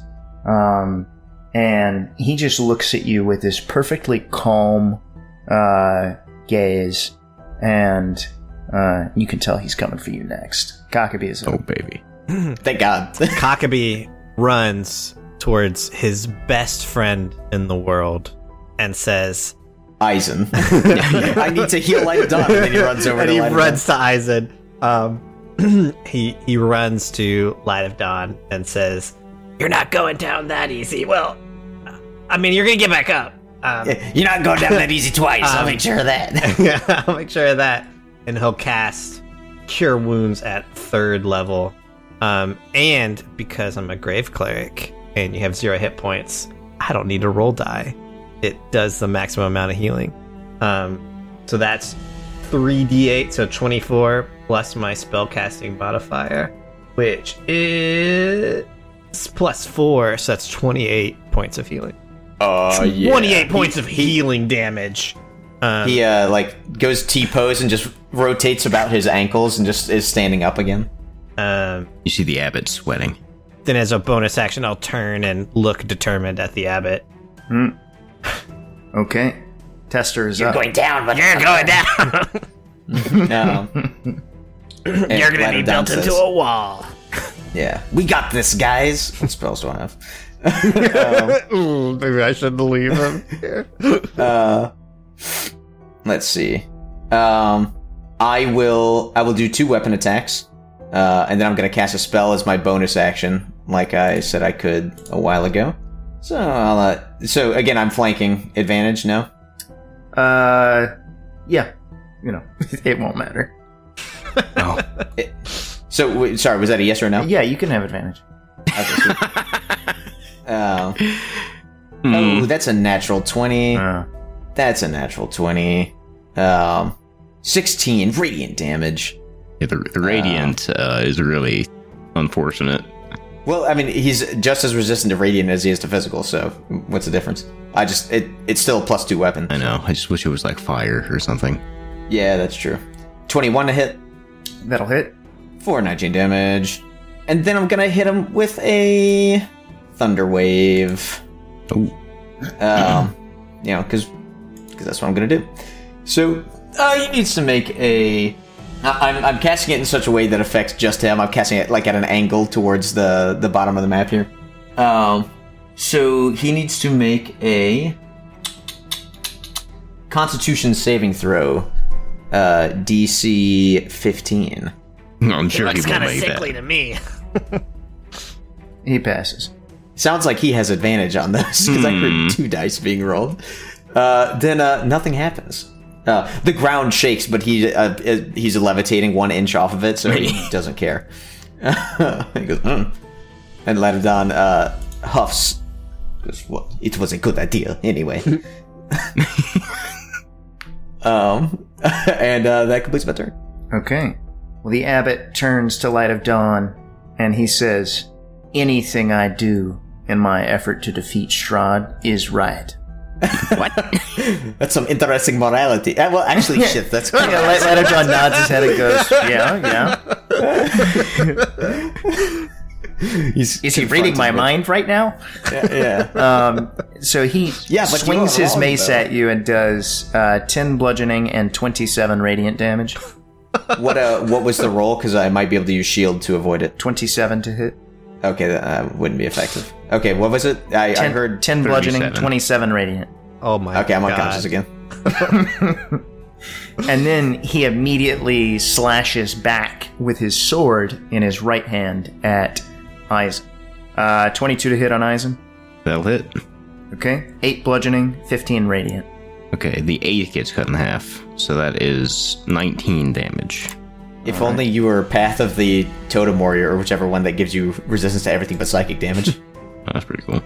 um, and he just looks at you with this perfectly calm uh, gaze, and uh, you can tell he's coming for you next. Cockabee is
Oh,
up.
baby.
Thank God.
Cockabee runs towards his best friend in the world and says,
Eisen. I need to heal light dawn. And then he runs over
and
to
he
light of
runs to Aizen. Um, he he runs to Light of Dawn and says,
You're not going down that easy. Well, I mean, you're gonna get back up. Um,
dawn. You're not going down that easy twice. I'll
Um,
make sure of that.
"Yeah, I'll make sure of that." And he'll cast Cure Wounds at third level. Um, and because I'm a Grave Cleric and you have zero hit points, I don't need to roll die. It does the maximum amount of healing. Um, so that's 3d8, so 24 plus my spellcasting modifier, which is plus 4, so that's 28 points of healing.
Oh,
28 points of healing damage. Um,
He, uh, like, goes T pose and just rotates about his ankles and just is standing up again.
um,
You see the abbot sweating.
then, as a bonus action, I'll turn and look determined at the abbot.
Okay, tester is up.
Going down, but you're going down.
No.
you're gonna be built into a wall.
Yeah. We got this, guys. What spells do I Um, have?
Ooh, maybe I should leave him.
Uh, let's see. Um, I will I will do two weapon attacks, uh, and then I'm gonna cast a spell as my bonus action, like I said I could a while ago. So I'll, uh, so again I'm flanking advantage. No,
Uh, yeah, you know, it won't matter.
Oh,
so w- sorry was that a yes or a no?
Yeah, you can have advantage.
Okay, sweet. Uh,
Mm.
oh, that's a natural twenty.
Uh,
That's a natural twenty. Um, sixteen radiant damage.
Yeah, the, the radiant uh, is really unfortunate.
Well, I mean, he's just as resistant to radiant as he is to physical, so what's the difference? I just it it's still a plus two weapon.
I know. I just wish it was like fire or something.
Yeah, that's true. Twenty one to hit
that'll hit.
for nineteen damage, and then I'm gonna hit him with a thunder wave.
Oh,
Um, you know, because that's what I'm gonna do. So uh, he needs to make a. I- I'm, I'm casting it in such a way that affects just him. I'm casting it like at an angle towards the the bottom of the map here. Um, so he needs to make a Constitution saving throw, uh, DC 15.
I'm sure he
Looks
will
kind of
make
sickly
that.
to me.
He passes.
Sounds like he has advantage on those because I
Hmm.
heard two dice being rolled. Uh, then uh, nothing happens. Uh, the ground shakes, but he uh, uh, he's levitating one inch off of it, so he doesn't care. he goes, mm. and Ladadon uh, huffs. Goes, well, it was a good idea anyway. um, and uh, that completes my turn.
Okay. Well, the abbot turns to Light of Dawn and he says, Anything I do in my effort to defeat Strahd is right.
That's some interesting morality. Uh, well, actually, shit, that's
Yeah, Light, Light of Dawn nods his head and goes, Yeah, yeah.
He's,
Is he reading my mind right now?
Yeah.
Um, so he
Yeah, but you
swings
are
his
wrong,
mace
though.
at you and does uh, 10 bludgeoning and 27 radiant damage.
What uh, what was the roll? Because I might be able to use shield to avoid it.
27 to hit.
Okay, that uh, wouldn't be effective. Okay, what was it? I, I
10,
heard.
10 bludgeoning,
37.
27 radiant.
Oh my
Okay, I'm
god.
unconscious again.
and then he immediately slashes back with his sword in his right hand at Aizen. Uh, 22 to hit on Aizen.
That'll hit.
Okay. 8 bludgeoning, 15 radiant.
Okay, the eight gets cut in half, so that is 19 damage.
If only you were Path of the Totem Warrior or whichever one that gives you resistance to everything but psychic damage.
That's pretty cool.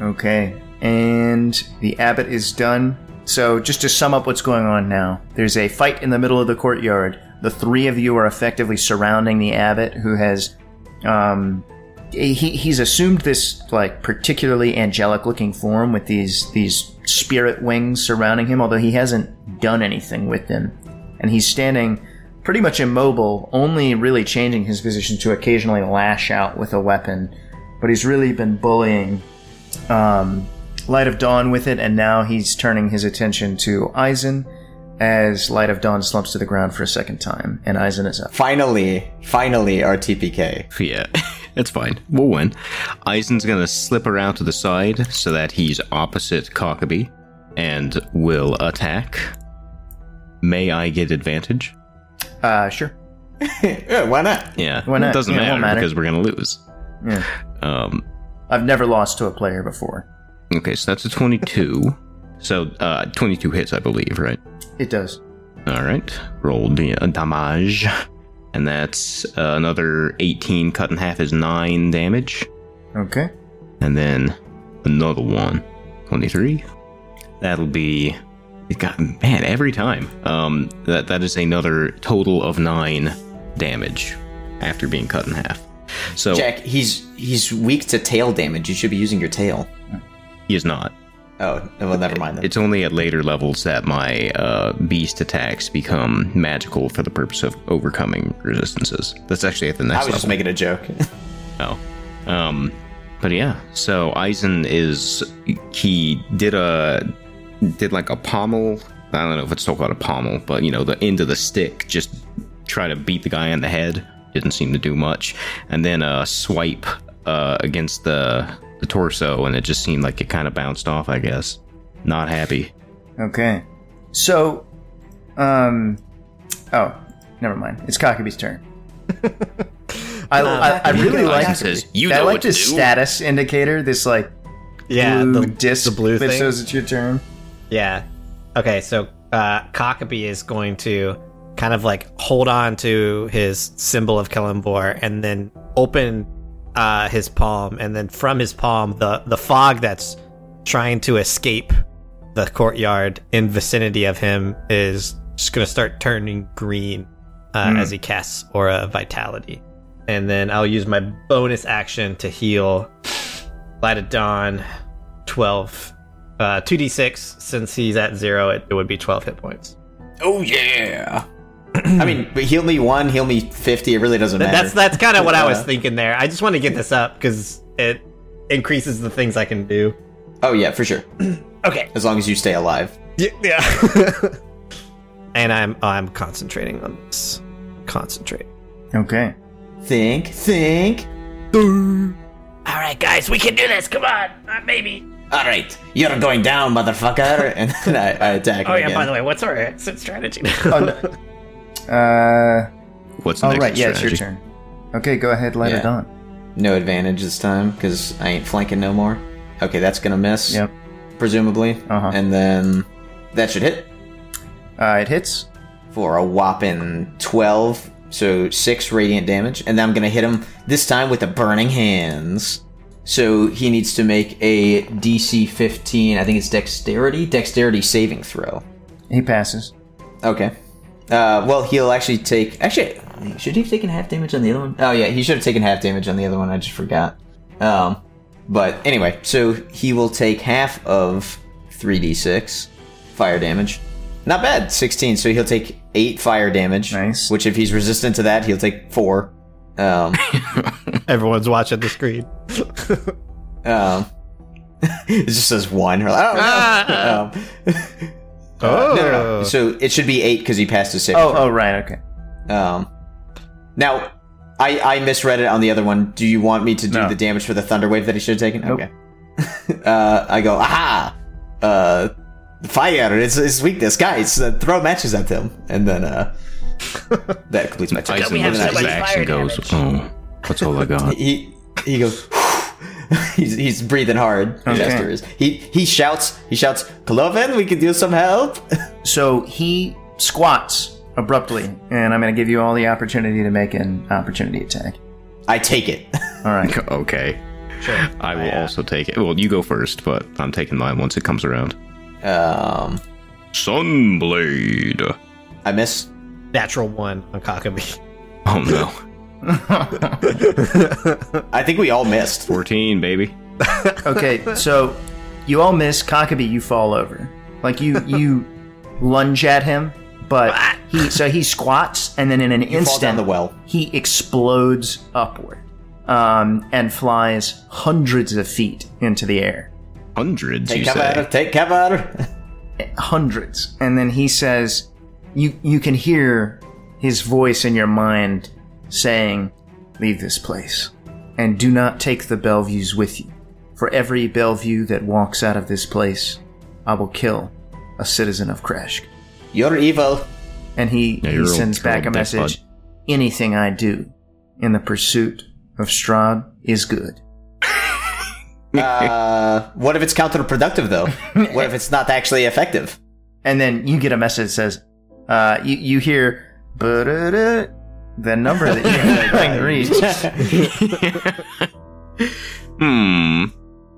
Okay. And the abbot is done. So, just to sum up what's going on now, there's a fight in the middle of the courtyard. The three of you are effectively surrounding the abbot, who has, um, he, he's assumed this like particularly angelic-looking form with these these spirit wings surrounding him. Although he hasn't done anything with them, and he's standing pretty much immobile, only really changing his position to occasionally lash out with a weapon. But he's really been bullying um, Light of Dawn with it, and now he's turning his attention to Aizen as Light of Dawn slumps to the ground for a second time, and Aizen is up.
finally, finally, our TPK.
Yeah, it's fine. We'll win. Eisen's gonna slip around to the side so that he's opposite Cockabee and will attack. May I get advantage?
Uh, sure.
yeah, why not?
Yeah,
Why not?
it doesn't
Yeah, it
matter,
won't matter.
because we're gonna lose.
Yeah.
Um,
I've never lost to a player before.
okay, so that's a twenty-two. so uh, twenty-two hits, I believe, right?
It does.
All right, roll the uh, damage, and that's uh, another eighteen. Cut in half is nine damage.
Okay.
and then another one 23 that'll be it got man every time um that that is another total of nine damage after being cut in half so
Jack, he's he's weak to tail damage. You should be using your tail.
he is not
Oh, well, never mind. Then.
it's only at later levels that my uh, beast attacks become magical for the purpose of overcoming resistances that's actually at the
I
next
was
level
just making a joke.
Oh. Um but yeah, so Eisen is he did a did like a pommel. I don't know if it's still called a pommel, but you know, the end of the stick just try to beat the guy on the head. Didn't seem to do much. And then a swipe uh, against the the torso and it just seemed like it kind of bounced off, I guess. Not happy.
Okay. So, um, oh, never mind. It's Cockabee's turn. I,
Uh,
I, I really like
Aizen says, "You
I
know
like
what to
this
do."
status indicator. This like
Yeah,
blue
the,
disc
the blue
that
thing.
says it's your turn.
Yeah. Okay, so uh, Cockabee is going to kind of like hold on to his symbol of Kalimbor and then open uh, his palm, and then from his palm, the, the fog that's trying to escape the courtyard in vicinity of him is just going to start turning green uh, as he casts Aura of Vitality. And then I'll use my bonus action to heal Light of Dawn 12 uh, 2d6 since he's at zero it, it would be 12 hit points
oh yeah. I mean, but heal me one, heal me fifty. It really doesn't matter.
that's that's kind of what i was
Yeah.
thinking there i just want to get this up because it increases the things i can do
Oh yeah, for sure.
okay
As long as you stay alive.
yeah and i'm i'm concentrating on this concentrate
Okay.
Think, think.
All right, guys, we can do this. Come on, uh, maybe.
All right, you're going down, motherfucker. and then I, I attack.
Oh
him
yeah.
again.
By the way, what's our exit strategy?
Oh, no. uh,
What's the
all
next
right. Yeah, it's your
strategy?
turn. Okay, go ahead. Light
Yeah.
it on.
No advantage this time because I ain't flanking no more. Okay, that's gonna miss.
Yep.
Presumably.
Uh-huh.
And then that should hit
Uh, it hits.
for a whopping twelve. So six radiant damage, and then I'm gonna hit him this time with the burning hands. So he needs to make a DC 15. I think it's dexterity, dexterity saving throw.
He passes.
Okay. Uh, well, he'll actually take. Actually, should he have taken half damage on the other one? Oh, yeah, he should have taken half damage on the other one. I just forgot. Um, but anyway, so he will take half of 3d6 fire damage. Not bad, 16. So he'll take 8 fire damage.
Nice.
Which, if he's resistant to that, he'll take 4. Um,
everyone's watching the screen
um, it just says 1. We're like, oh, no.
Ah.
um,
oh
Uh, no, no, no. So it should be 8 because he passed his 6.
Oh, oh, right. Okay.
Um, now, I, I misread it on the other one. Do you want me to do
No.
the damage for the thunder wave that he should have taken? Okay. uh, I go aha. Uh, fire! It's his weakness, guys. Uh, throw matches at him, and then uh, that completes my turn.
Tyson
have
looks
so
at his
much
axe and
fire
goes, "Oh, that's all I got."
he he goes. he's, he's breathing hard. Jester is. He he shouts. He shouts. Cloven, we could use some help.
So he squats abruptly, and I'm going to give you all the opportunity to make an opportunity attack.
I take it.
All right.
okay. I will also take it. Well, you go first, but I'm taking mine once it comes around.
Um,
Sunblade.
I miss.
Natural one on Kakami.
Oh no.
I think we all missed.
14, baby.
Okay, so you all miss Cockabee. You fall over. Like you you lunge at him, but he so he squats, and then in an
Ah. Fall down
instant
the well.
he explodes upward um, and flies hundreds of feet into the air.
Hundreds,
Take
you
cover!
say.
Take cover!
hundreds. And then he says, you, you can hear his voice in your mind saying, Leave this place, and do not take the Bellevues with you. For every Bellevue that walks out of this place, I will kill a citizen of Kreshk.
You're evil.
And he,
Yeah,
he
you're a-
sends
you're a
back a
dick,
message Anything I do in the pursuit of Strahd is good.
Uh, what if it's counterproductive though? What if it's not actually effective?
And then you get a message that says, uh, you, you hear, "Ba-da-da," the number that you can reach.
Hmm.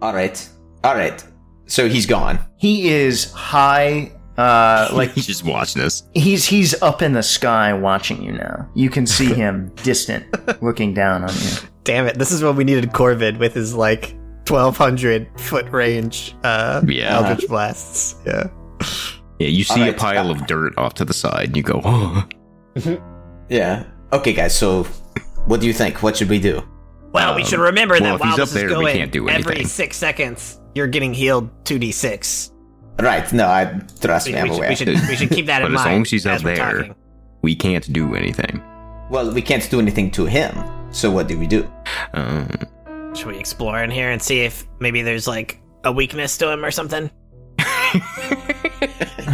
all right, all right. So he's gone.
He is high, uh, like
He's just watching us.
he's he's up in the sky watching you now. You can see him distant, looking down on you.
Damn it! This is when we needed Corvid with his like 1,200 foot range. Uh,
Yeah.
Uh-huh.
Eldritch blasts. Yeah.
Yeah, you see
Alright,
a pile of dirt off to the side and you go, oh.
Yeah. Okay, guys. So, what do you think? What should we do?
Well, we should remember
well,
that
if
while
he's up
this
there,
is
we
going,
can't do
every
anything.
six seconds you're getting healed two d six.
Right. No, I trust
We,
me. I'm
we should,
aware.
we should we should keep that
But
in
as
mind.
long as he's up
we're
there.
talking.
We can't do anything.
Well, we can't do anything to him. So what do we do?
Uh,
should we explore in here and see if maybe there's like a weakness to him or something?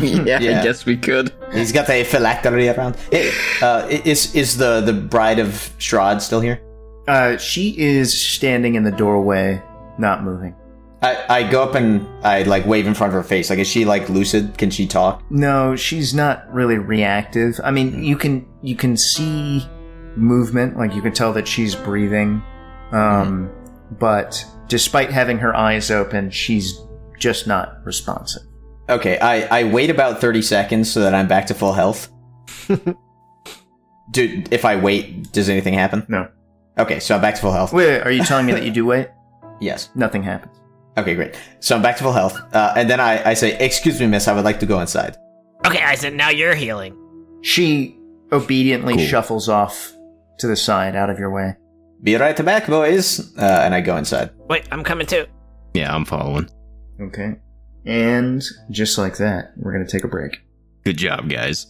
yeah,
Yeah.
guess we could.
He's got a phylactery around. Hey, uh, i- is is the the bride of Strahd still here?
Uh, she is standing in the doorway, not moving.
I, I go up and I like wave in front of her face. Like, is she like lucid? Can she talk?
No, she's not really reactive. I mean, you can you can see movement, like you can tell that she's breathing. Um, but despite having her eyes open, she's just not responsive.
Okay, I, I wait about 30 seconds so that I'm back to full health. Dude, if I wait, does anything happen?
No.
Okay, so I'm back to full health.
Wait, wait, are you telling me that you do wait?
Yes.
Nothing happens.
Okay, great. So I'm back to full health. Uh, and then I, I say, Excuse me, miss, I would like to go inside.
Okay, I said now you're healing.
She obediently
Cool.
shuffles off to the side, out of your way.
Be right back, boys. Uh, and I go inside.
Wait, I'm coming too.
Yeah, I'm following.
Okay. And just like that, we're gonna take a break.
Good job, guys.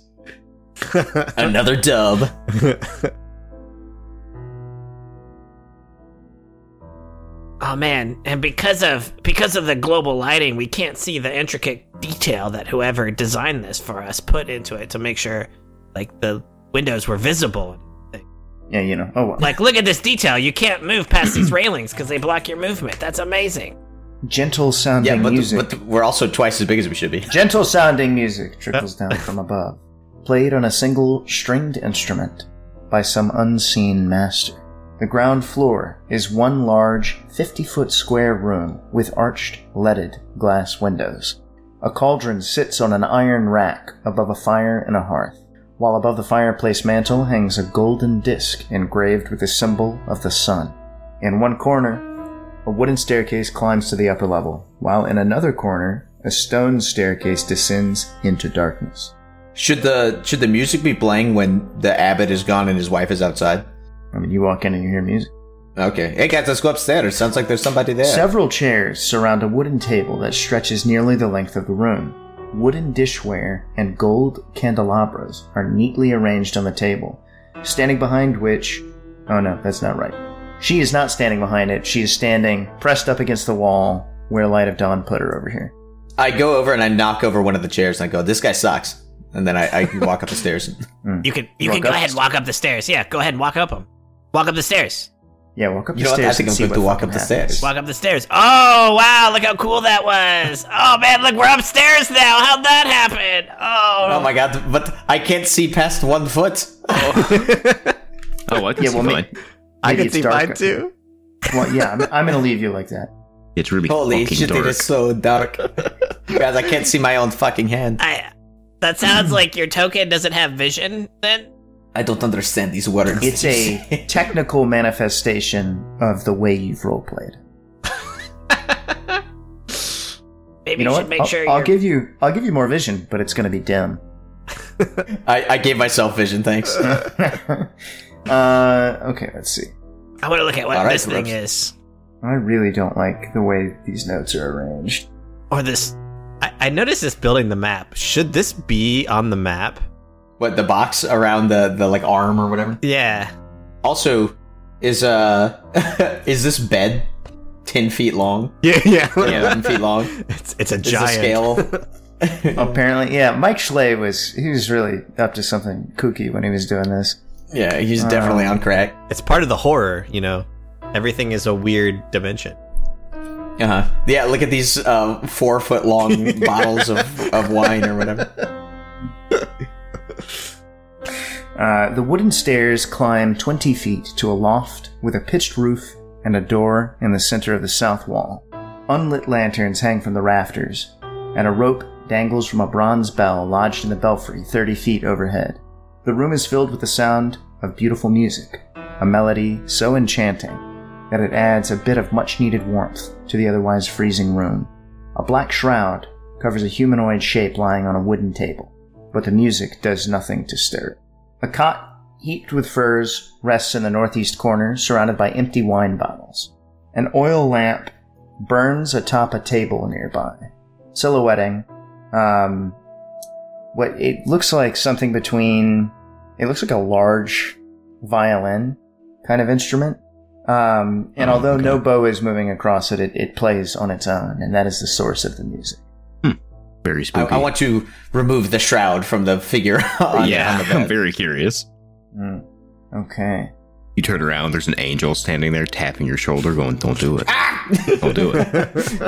Another dub.
Oh man, and because of because of the global lighting, we can't see the intricate detail that whoever designed this for us put into it to make sure like the windows were visible.
Yeah, you know. Oh well.
Like look at this detail. You can't move past these railings cuz they block your movement. That's amazing.
Gentle sounding
Yeah, but,
music.
but we're also twice as big as we should be.
Gentle sounding music trickles down from above, played on a single stringed instrument by some unseen master. The ground floor is one large 50 foot square room with arched, leaded glass windows. A cauldron sits on an iron rack above a fire and a hearth, while above the fireplace mantel hangs a golden disc engraved with the symbol of the sun. In one corner, a wooden staircase climbs to the upper level, while in another corner, a stone staircase descends into darkness.
Should the should the music be playing when the abbot is gone and his wife is outside?
I mean, you walk in and you hear music.
Okay. Hey guys, let's go upstairs. It sounds like there's somebody there.
Several chairs surround a wooden table that stretches nearly the length of the room. Wooden dishware and gold candelabras are neatly arranged on the table, standing behind which. Oh no, that's not right. She is not standing behind it, she is standing pressed up against the wall where Light of Dawn put her over here.
I go over and I knock over one of the chairs and I go, "This guy sucks." And then I, I walk up the stairs.
You can you
Walk
can go
up the
ahead and walk up the stairs. Yeah, go ahead and walk up them. Walk up the stairs.
Yeah, walk up
You
the
know what?
stairs.
I think
and
I'm
see
going to
what
walk up the
fucking happens.
stairs.
Walk up the stairs. Oh wow, look how cool that was. Oh man, look we're upstairs now. How'd that happen?
Oh
Oh,
my god! But I can't see past one foot.
Oh, I can
Yeah,
see
well, me-
mine.
I
Maybe
can
it's
see
dark.
mine too.
Well, yeah, I'm, I'm going to leave you like that.
It's really
Holy
fucking
shit!
dark.
It is so dark. you guys, I can't see my own fucking hand.
I, that sounds like your token doesn't have vision. Then
I don't understand these words.
It's a technical manifestation of the way you've roleplayed.
maybe
You
you,
know
should
what?
make
I'll,
sure
I'll
you're.
give you I'll give you more vision, but it's going to be dim.
I, I gave myself vision. Thanks.
uh, okay, let's see.
I want to look at what
All right,
this thing
Brooks.
is,
I really don't like the way these notes are arranged.
or this.
I, I noticed this building the map. Should this be on the map?
what the box around the the like arm or whatever?
Yeah.
Also, is uh is this bed ten feet long?
Yeah, yeah.
Eleven feet long.
It's it's a
Is
giant
the scale?
Apparently, yeah, Mike Schley was he was really up to something kooky when he was doing this.
Yeah, he's
Uh,
definitely on crack.
It's part of the horror, you know. Everything is a weird dimension.
Uh huh. Yeah, look at these uh, four foot long bottles of, of wine or whatever.
Uh, the wooden stairs climb 20 feet to a loft with a pitched roof and a door in the center of the south wall. Unlit lanterns hang from the rafters, and a rope dangles from a bronze bell lodged in the belfry 30 feet overhead. The room is filled with the sound of beautiful music, a melody so enchanting that it adds a bit of much needed warmth to the otherwise freezing room. A black shroud covers a humanoid shape lying on a wooden table, but the music does nothing to stir it. A cot heaped with furs rests in the northeast corner, surrounded by empty wine bottles. An oil lamp burns atop a table nearby, silhouetting um, what it looks like something between. It looks like a large violin kind of instrument. Um, and
Oh,
although no
okay.
bow is moving across it, it, it plays on its own, and that is the source of the music.
very
I,
spooky.
I want to remove the shroud from the figure on,
yeah,
on the bed.
I'm very curious.
Mm. Okay.
You turn around, there's an angel standing there tapping your shoulder, going, Don't do it.
Ah!
Don't do it.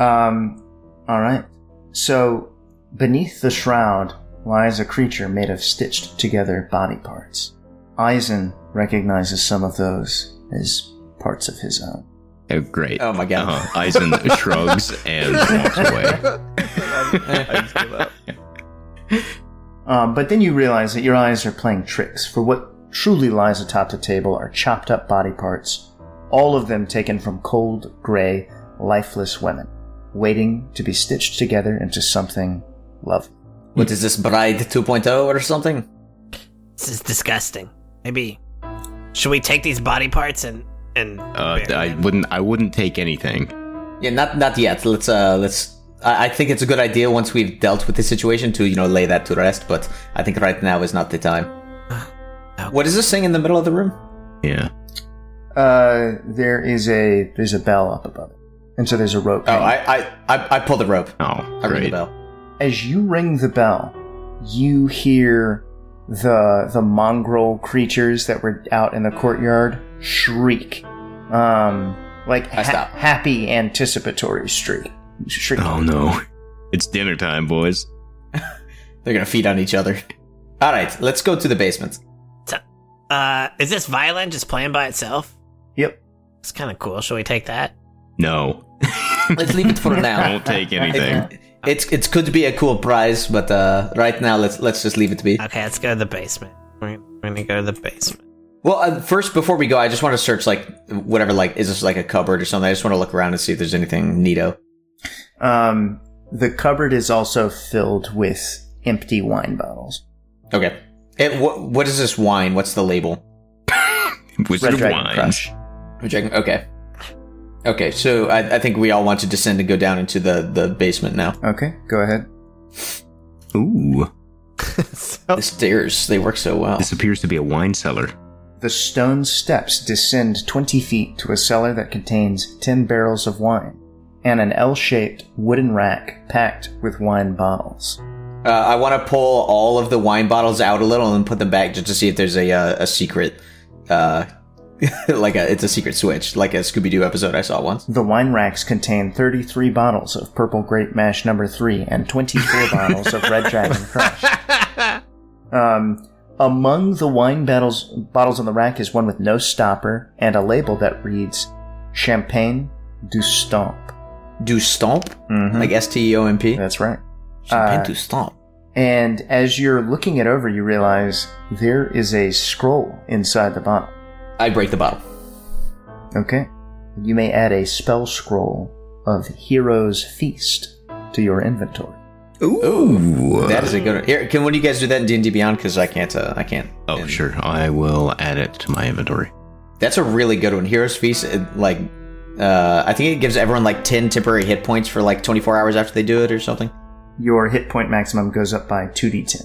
Um, all right. So, beneath the shroud lies a creature made of stitched together body parts. Eisen recognizes some of those as parts of his own.
Oh, great.
Oh my god.
Uh-huh. Eisen shrugs and walks away. Uh-huh.
Um, but then you realize that your eyes are playing tricks, for what truly lies atop the table are chopped up body parts, all of them taken from cold, gray, lifeless women, waiting to be stitched together into something lovely.
What is this, Bride 2.0 or something?
This is disgusting. Maybe should we take these body parts and and
Uh,
bury
I
them?
wouldn't. I wouldn't take anything.
Yeah, not not yet. Let's uh let's I, I think it's a good idea once we've dealt with the situation to, you know, lay that to rest, but I think right now is not the time.
Ah,
What is this thing in the middle of the room?
Yeah.
Uh, there is a there's a bell up above it, and so there's a rope.
Oh,
hanging.
I I I, I pull the rope.
Oh,
I ring the
great.
bell.
As you ring the bell, you hear the the mongrel creatures that were out in the courtyard shriek, um, like
I stop.
happy anticipatory shriek. shriek.
Oh no, it's dinner time, boys.
They're gonna feed on each other. All right, let's go to the basement.
uh, is this violin just playing by itself?
Yep.
It's kind of cool. Should we take that?
No,
Let's leave it for now.
don't take anything.
It's it could be a cool prize, but uh, right now let's let's just leave it be.
Okay, let's go to the basement. We're, we're gonna go to the basement.
Well, uh, first before we go, I just want to search like whatever like is this like a cupboard or something. I just want to look around and see if there's anything neato.
Um, the cupboard is also filled with empty wine bottles.
Okay. It, wh- what is this wine? What's the label?
Wizard of
Dragon
Wine.
Crush.
Reject- Okay. Okay, so I, I think we all want to descend and go down into the, the basement now.
Okay, go ahead.
Ooh,
Oh.
so,
Oh.
The stairs, they work so well.
this appears to be a wine cellar.
The stone steps descend 20 feet to a cellar that contains 10 barrels of wine. and an L shaped wooden rack packed with wine bottles.
Uh, I want to pull all of the wine bottles out a little and put them back just to see if there's a uh, a secret, uh, like a it's a secret switch, like a Scooby Doo episode I saw once.
The wine racks contain 33 bottles of Purple Grape Mash number 3 and 24 bottles of Red Dragon Crush. Um, among the wine battles, bottles on the rack is one with no stopper and a label that reads Champagne du Stomp.
Do stomp
Mhm.
like S T E O M P.
That's right.
Champagne do stomp.
And as you're looking it over, you realize there is a scroll inside the bottle.
I break the bottle.
Okay. You may add a spell scroll of Hero's Feast to your inventory.
Ooh, that is a good. Here, can one of you guys do that in D and D Beyond? Because I can't. Uh, I can't.
Oh,
And-
sure. I will add it to my inventory.
That's a really good one. Hero's Feast, it, like, uh, I think it gives everyone like 10 temporary hit points for like 24 hours after they do it or something.
Your hit point maximum goes up by 2d10.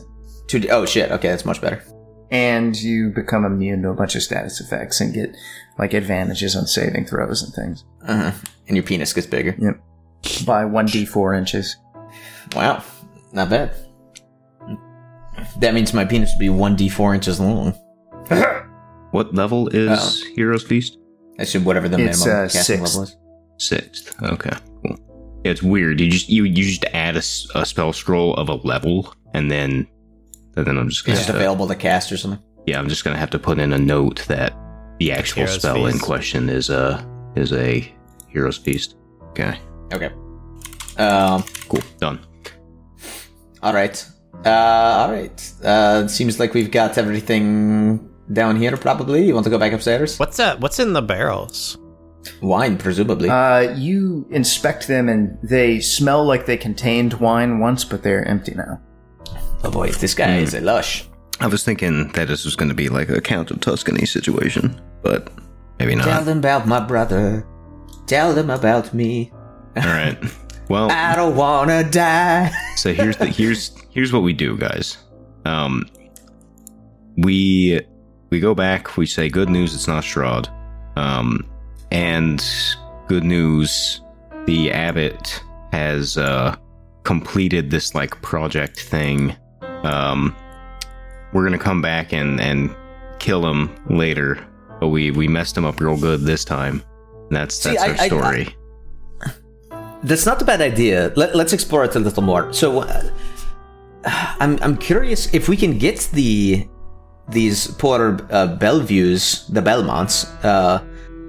Two, oh shit, okay, that's much better.
And you become immune to a bunch of status effects and get like advantages on saving throws and things
Uh-huh. And your penis gets bigger.
by 1d4 inches.
Wow, not bad. That means my penis would be 1d4 inches long.
What level is
Oh.
Hero's Feast?
I should whatever the
It's,
minimum
uh,
casting
sixth.
level is.
Sixth. Okay. Cool. Yeah, it's weird. You just you, you just add a, s- a spell scroll of a level, and then and then I'm just
It's
gonna
just
have to-
available to cast or something.
yeah I'm just gonna have to put in a note that the actual
Hero's
spell in
Feast.
question is a is a Hero's Feast. Okay.
Okay. Um,
Cool. Done.
all right. Uh, all right. Uh, it seems like we've got everything down here, probably. You want to go back upstairs?
What's
uh,
that? What's in the barrels?
Wine, presumably.
Uh, you inspect them and they smell like they contained wine once, but they're empty now.
Oh boy, this guy is a lush.
I was thinking that this was gonna be like a Count of Tuscany situation, but maybe
Uh-huh.
not.
Tell them about my brother. Tell them about me.
All right. Well,
Ah,
I don't wanna die.
so here's the here's here's what we do guys um we we go back we say good news it's not Strahd um and good news the abbot has uh completed this like project thing um we're gonna come back and and kill him later but we we messed him up real good this time that's
See,
that's
I-
our
I- I-
story
That's not a bad idea. Let, let's explore it a little more. So, uh, I'm I'm curious if we can get the these poor uh, Bellevues, the Belmonts, uh,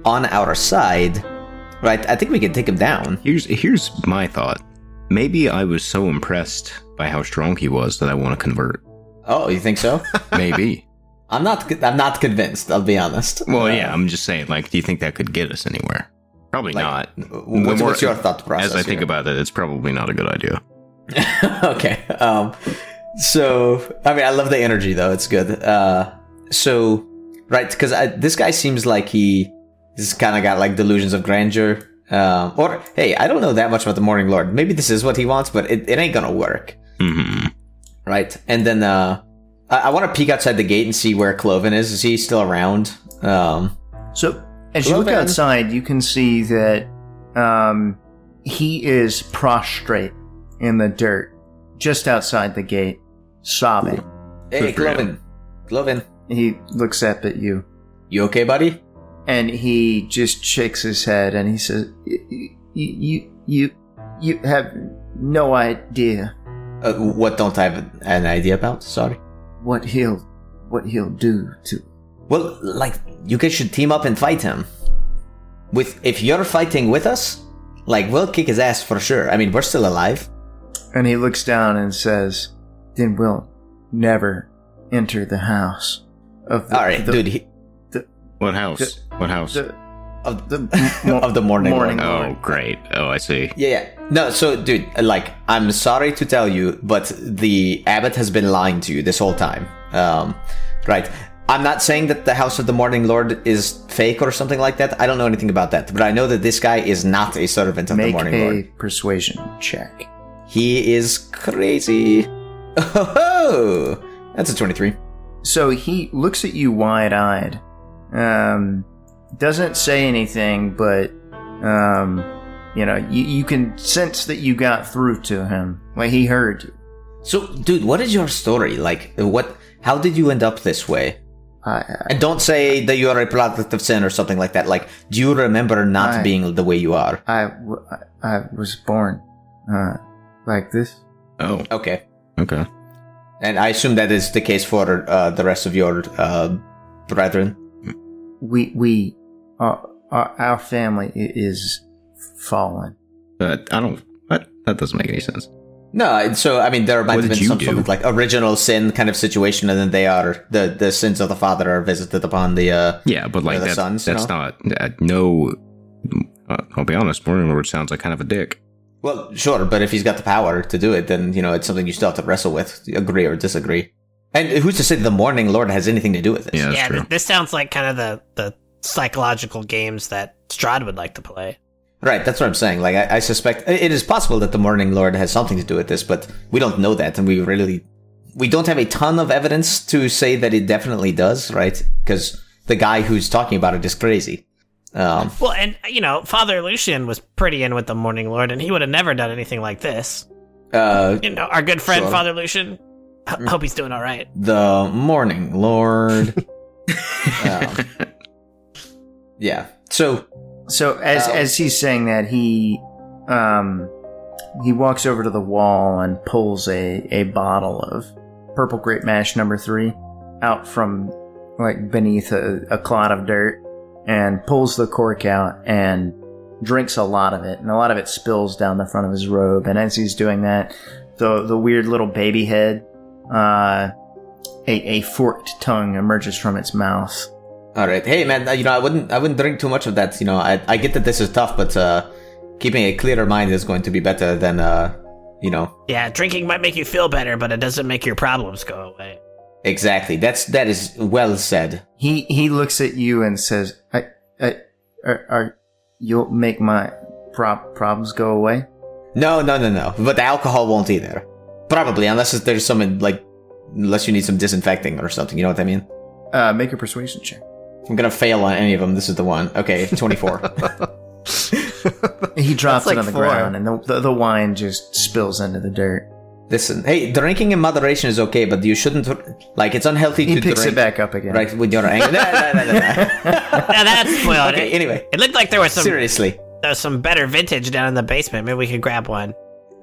on our side, right? I think we can take them down.
Here's here's my thought. Maybe I was so impressed by how strong he was that I want to convert.
Oh, you think so?
Maybe.
I'm not. con- I'm not convinced. I'll be honest.
well, yeah, I'm just saying. Like, do you think that could get us anywhere? Probably
Like,
not.
wh- Uh, what's-
The
what's your thought process
As I think
here?
about it, it's probably not a good idea.
okay. Um, so, I mean, I love the energy though. It's good. Uh, so, right, because this guy seems like he has kind of got like delusions of grandeur. Um, or hey, I don't know that much about the Morning Lord. Maybe this is what he wants, but it, it ain't gonna work,
hmm
right? And then uh, I, I want to peek outside the gate and see where Cloven is. Is he still around? Um,
So, as you
Hello,
look
Ben.
outside, you can see that um, he is prostrate in the dirt just outside the gate, sobbing.
hey,
Good for him.
Cloven, Cloven,
He looks up at you
you okay, buddy?
and he just shakes his head and he says, "Y- y- "You, you, you have no idea
Uh, what don't I have an idea about? Sorry.
what he'll, what he'll do to."
Well, like you guys should team up and fight him. With if you're fighting with us, like we'll kick his ass for sure. I mean, we're still alive.
And he looks down and says, "Then we'll never enter the house of the,
All right,
the-
dude. He, oh,
What house?
The-
what house?
the-
of the
the mo-
of the morning.
morning.
Lord.
oh, great. Oh, I see.
Yeah, yeah. No, so dude, like I'm sorry to tell you, but the abbot has been lying to you this whole time. Um, right. I'm not saying that the House of the Morning Lord is fake or something like that. I don't know anything about that, but I know that this guy is not a servant of the
Make
Morning
a
Lord.
persuasion check.
He is crazy. Oh, that's a 23.
So he looks at you wide eyed. Um, doesn't say anything, but um, You know, you, you can sense that you got through to him. Like he heard you.
So, dude, what is your story? Like, what? How did you end up this way?
I, I,
And don't say that you are a product of sin or something like that. Like, do you remember not
Right.
being the way you are?
I w- I- I was born uh, like this.
Oh,
Okay.
okay.
And I assume that is the case for uh, the rest of your uh, brethren.
We we our, our, our family i- is fallen.
Uh, I don't. What? That doesn't make any sense.
No, and so I mean there might
What
have
did
been
you
some
do?
sort of like original sin kind of situation, and then they are the the sins of the father are visited upon the. uh
Yeah, but like
the
that,
sons,
that's
no?
not. Uh, no. Uh, I'll be honest. Warlord sounds like kind of a dick.
Well, sure, but if he's got the power to do it, then you know it's something you still have to wrestle with, agree or disagree. And who's to say the Morning Lord has anything to do with this?
Yeah, that's
yeah,
true.
th- this sounds like kind of the, the psychological games that Strahd would like to play.
Right, that's what I'm saying. Like, I, I suspect i- it is possible that the Morning Lord has something to do with this, but we don't know that, and we really we don't have a ton of evidence to say that it definitely does, right? Because the guy who's talking about it is crazy. Um,
Well, and you know, Father Lucian was pretty in with the Morning Lord, and he would have never done anything like this.
uh,
You know, our good friend
Sure.
Father Lucian. h- Hope he's doing all right.
the Morning Lord. um, yeah. So
So as
Oh.
as he's saying that, he um he walks over to the wall and pulls a a bottle of purple grape mash number three out from like beneath a, a clod of dirt and pulls the cork out and drinks a lot of it and a lot of it spills down the front of his robe and as he's doing that the the weird little baby head uh a, a forked tongue emerges from its mouth
All right, hey man, uh, you know I wouldn't I wouldn't drink too much of that. You know I I get that this is tough, but uh, keeping a clearer mind is going to be better than uh, you know
Yeah, drinking might make you feel better, but it doesn't make your problems go away.
exactly. That's that is well said.
He he looks at you and says, "I, I, are, are you'll make my prob- problems go away?"
No, no, no, no. But the alcohol won't either. Probably unless it's- there's some like unless you need some disinfecting or something. You know what I mean?
Uh, make a persuasion check.
I'm gonna fail on any of them. This is the one. Okay, 24.
He drops
That's
it
like
on the
four.
ground, and the, the the wine just spills into the dirt.
Listen, hey, drinking in moderation is okay, but you shouldn't like it's unhealthy
He
to
picks
drink
it back up again.
right with your anger. No, no, no, no, no.
Now that's spoiled.
okay,
it,
anyway,
it looked like there was some
seriously.
there was some better vintage down in the basement. Maybe we could grab one.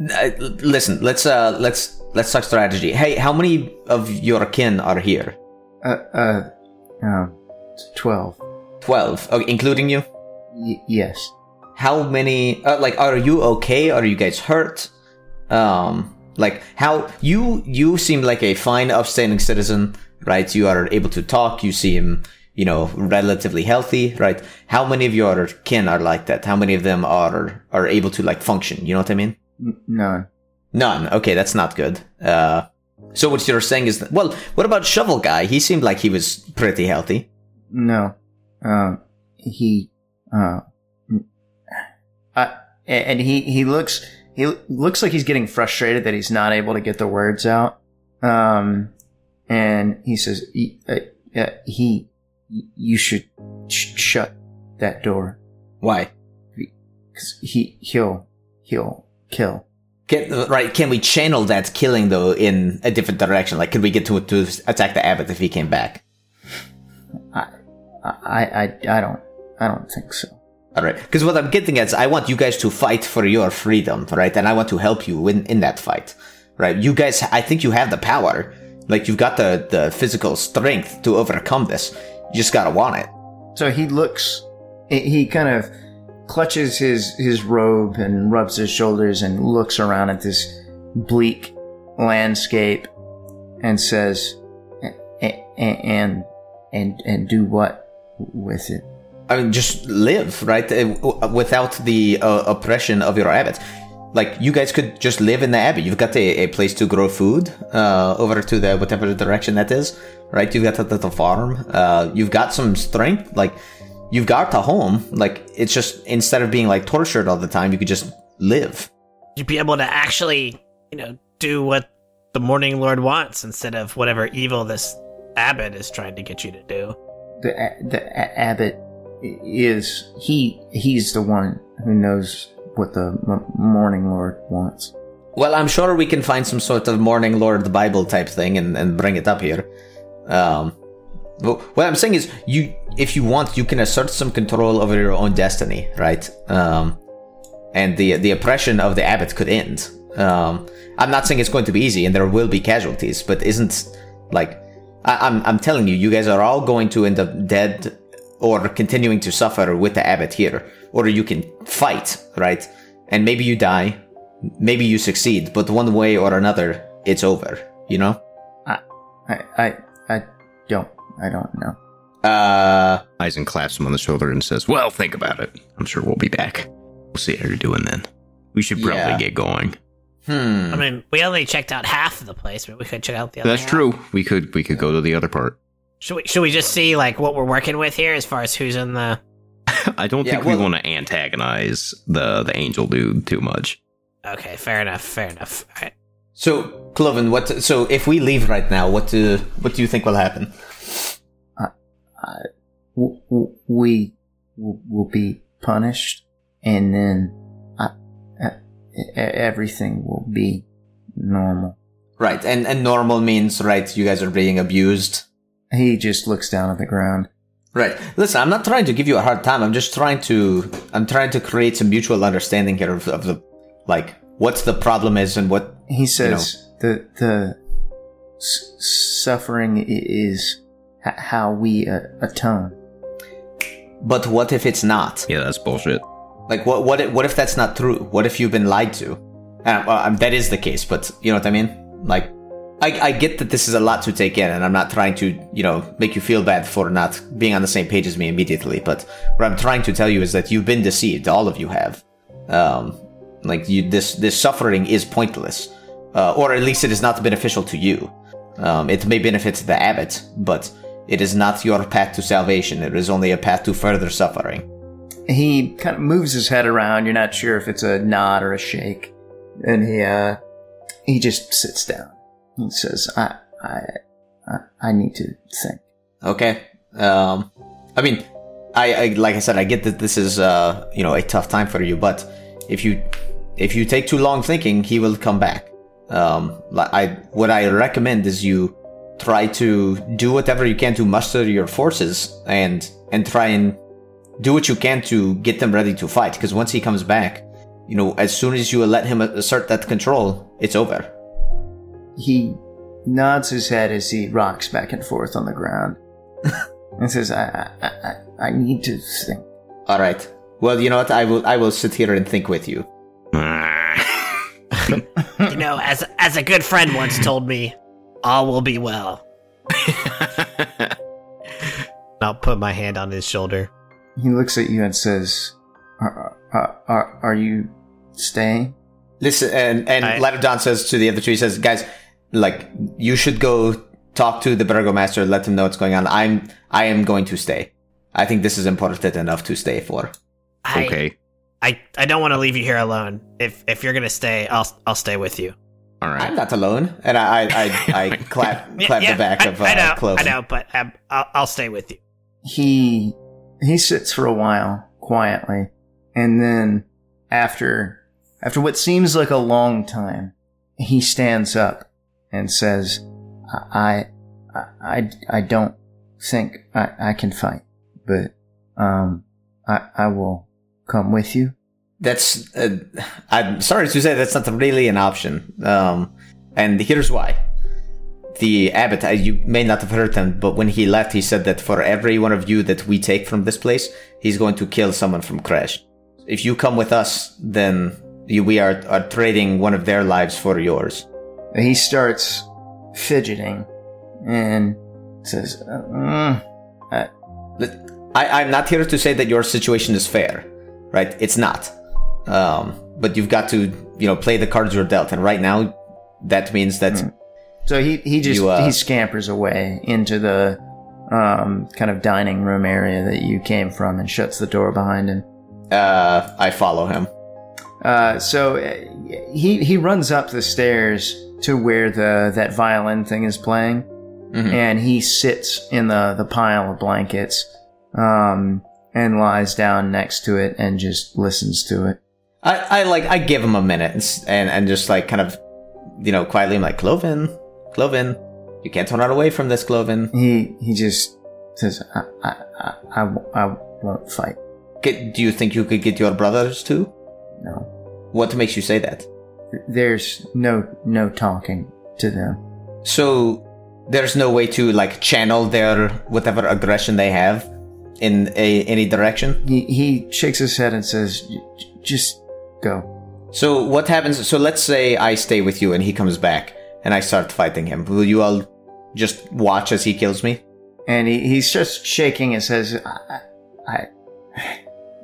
Uh, l- listen, let's uh, let's let's talk strategy. Hey, how many of your kin are here?
Uh, uh, um, twelve.
Twelve, okay, including you.
Y- yes.
How many? Uh, like, are you okay? Are you guys hurt? Um, like, how you you seem like a fine, upstanding citizen, right? You are able to talk. You seem, you know, relatively healthy, right? How many of your kin are like that? How many of them are are able to like function? You know what I mean?
N- none.
None. Okay, that's not good. Uh, so what you're saying is, well, what about Shovel Guy? He seemed like he was pretty healthy.
No. Um, he. Uh, n- I, a- and he he looks he looks like he's getting frustrated that he's not able to get the words out. Um, and he says, "He, uh, uh, he you should sh- shut that door
Why?
'cause he he'll he'll kill."
Can, uh, right? Can we channel that killing though in a different direction? Like, could we get to to attack the abbot if he came back?
I I I don't I don't think so.
All right. Because what I'm getting at is, I want you guys to fight for your freedom, right? And I want to help you in in that fight, right? You guys, I think you have the power. Like, you've got the the physical strength to overcome this. You just gotta want it.
So he looks, he- he kind of clutches his his robe and rubs his shoulders and looks around at this bleak landscape and says, "A- a- "And and and do what with it?"
I mean, just live, right? Uh, w- Without the uh, oppression of your abbot. Like, you guys could just live in the abbey. You've got a, a place to grow food uh, over to the whatever direction that is, right? You've got the, the farm. Uh, you've got some strength. Like, you've got a home. Like, it's just instead of being like tortured all the time, you could just live.
You'd be able to actually, you know, do what the Morning Lord wants instead of whatever evil this abbot is trying to get you to do.
The a- the a- abbot i- is he he's the one who knows what the m- Morning Lord wants.
Well, I'm sure we can find some sort of Morning Lord Bible type thing and, and bring it up here. Um, but what I'm saying is, you, if you want, you can assert some control over your own destiny, right? Um, and the the oppression of the abbot could end. Um, I'm not saying it's going to be easy, and there will be casualties, but isn't like I, I'm I'm telling you, you guys are all going to end up dead or continuing to suffer with the abbot here, or you can fight, right? And maybe you die, maybe you succeed, but one way or another, it's over. You know?
I, I, I don't, I don't know.
Uh,
Eisen claps him on the shoulder and says, Well, think about it. I'm sure we'll be back. We'll see how you're doing then. We should probably
Yeah.
get going.
hmm.
I mean, we only checked out half of the place, but we could check out the other.
That's
half.
true. We could we could go to the other part.
Should we should we just see like what we're working with here as far as who's in the
I don't
Yeah,
think we
well-
want to antagonize the the angel dude too much.
Okay, fair enough, fair enough. All right.
So, Cloven, what? So, if we leave right now, what do what do you think will happen?
uh, W- w- we will will be punished, and then I, I, e- everything will be normal.
Right, and and normal means right. You guys are being abused.
He just looks down at the ground.
Right. Listen, I'm not trying to give you a hard time. I'm just trying to I'm trying to create some mutual understanding here of, of the like what's the problem is and what
He says the the s- suffering i- is h- how we uh, atone.
but what if it's not?
Yeah, that's bullshit.
Like what what if, what if that's not true? What if you've been lied to? Uh, well, um, that is the case, but you know what I mean? Like I, I get that this is a lot to take in, and I'm not trying to, you know, make you feel bad for not being on the same page as me immediately. But what I'm trying to tell you is that you've been deceived. All of you have. Um, like you, this this suffering is pointless, uh, or at least it is not beneficial to you. Um, it may benefit the abbot, but it is not your path to salvation. It is only a path to further suffering.
he kind of moves his head around. You're not sure if it's a nod or a shake, and he uh, he just sits down. He says, "I, I, I, I need to think."
Okay. Um, I mean, I, I like I said, I get that this is uh, you know a tough time for you, but if you if you take too long thinking, he will come back. Um, li- I what I recommend is you try to do whatever you can to muster your forces and and try and do what you can to get them ready to fight. Because once he comes back, you know, as soon as you let him assert that control, it's over.
He nods his head as he rocks back and forth on the ground, and says, "I, I, I, I need to think."
All right. Well, you know what? I will I will sit here and think with you.
You know, as as a good friend once told me, all will be well.
I'll put my hand on his shoulder.
He looks at you and says, "Are, are, are, are you staying?"
Listen, and and
I-
Ladder Don says to the other two, he says, "Guys, like you should go talk to the burgomaster, let him know what's going on. I'm I am going to stay. I think this is important enough to stay for.
I
okay.
I, I don't want to leave you here alone. If if you're gonna stay, I'll I'll stay with you.
All right.
I'm not alone." And I I I, I clap
Yeah,
clap
Oh yeah,
the back
I,
of uh,
I know,
Cloven.
I know, but um, I'll, I'll stay with you.
he he sits for a while quietly and then after after what seems like a long time he stands up and says i i i, I don't think I, I can fight but um i i will come with you
That's uh, I'm sorry to say that's not really an option. Um, and here's why. The abbot, uh, you may not have heard him, but when he left, he said that for every one of you that we take from this place, he's going to kill someone from Crash. If you come with us, then you, we are, are trading one of their lives for yours.
he starts fidgeting and says uh, mm,
Let- I, I'm not here to say that your situation is fair, right? It's not. Um, but you've got to, you know, play the cards you're dealt, and right now, that means that.
So he he just
You, uh,
he scampers away into the um, kind of dining room area that you came from and shuts the door behind him.
Uh, I follow him.
Uh, so uh, he he runs up the stairs to where the that violin thing is playing,
Mhm.
and he sits in the the pile of blankets um, and lies down next to it and just listens to it.
I, I like I give him a minute and, s- and and just like kind of you know quietly I'm like Cloven, Cloven, you can't turn away from this Cloven.
He he just says, I, I, I, I, w- I won't fight.
Get, do you think you could get your brothers too?
No,
What makes you say that?
there's no no talking to them.
So there's no way to like channel their whatever aggression they have in a, any direction.
He, he shakes his head and says, "J- j- just go.
So what happens? So let's say I stay with you and he comes back and I start fighting him. Will you all just watch as he kills me?
And he, he's just shaking and says, I, I,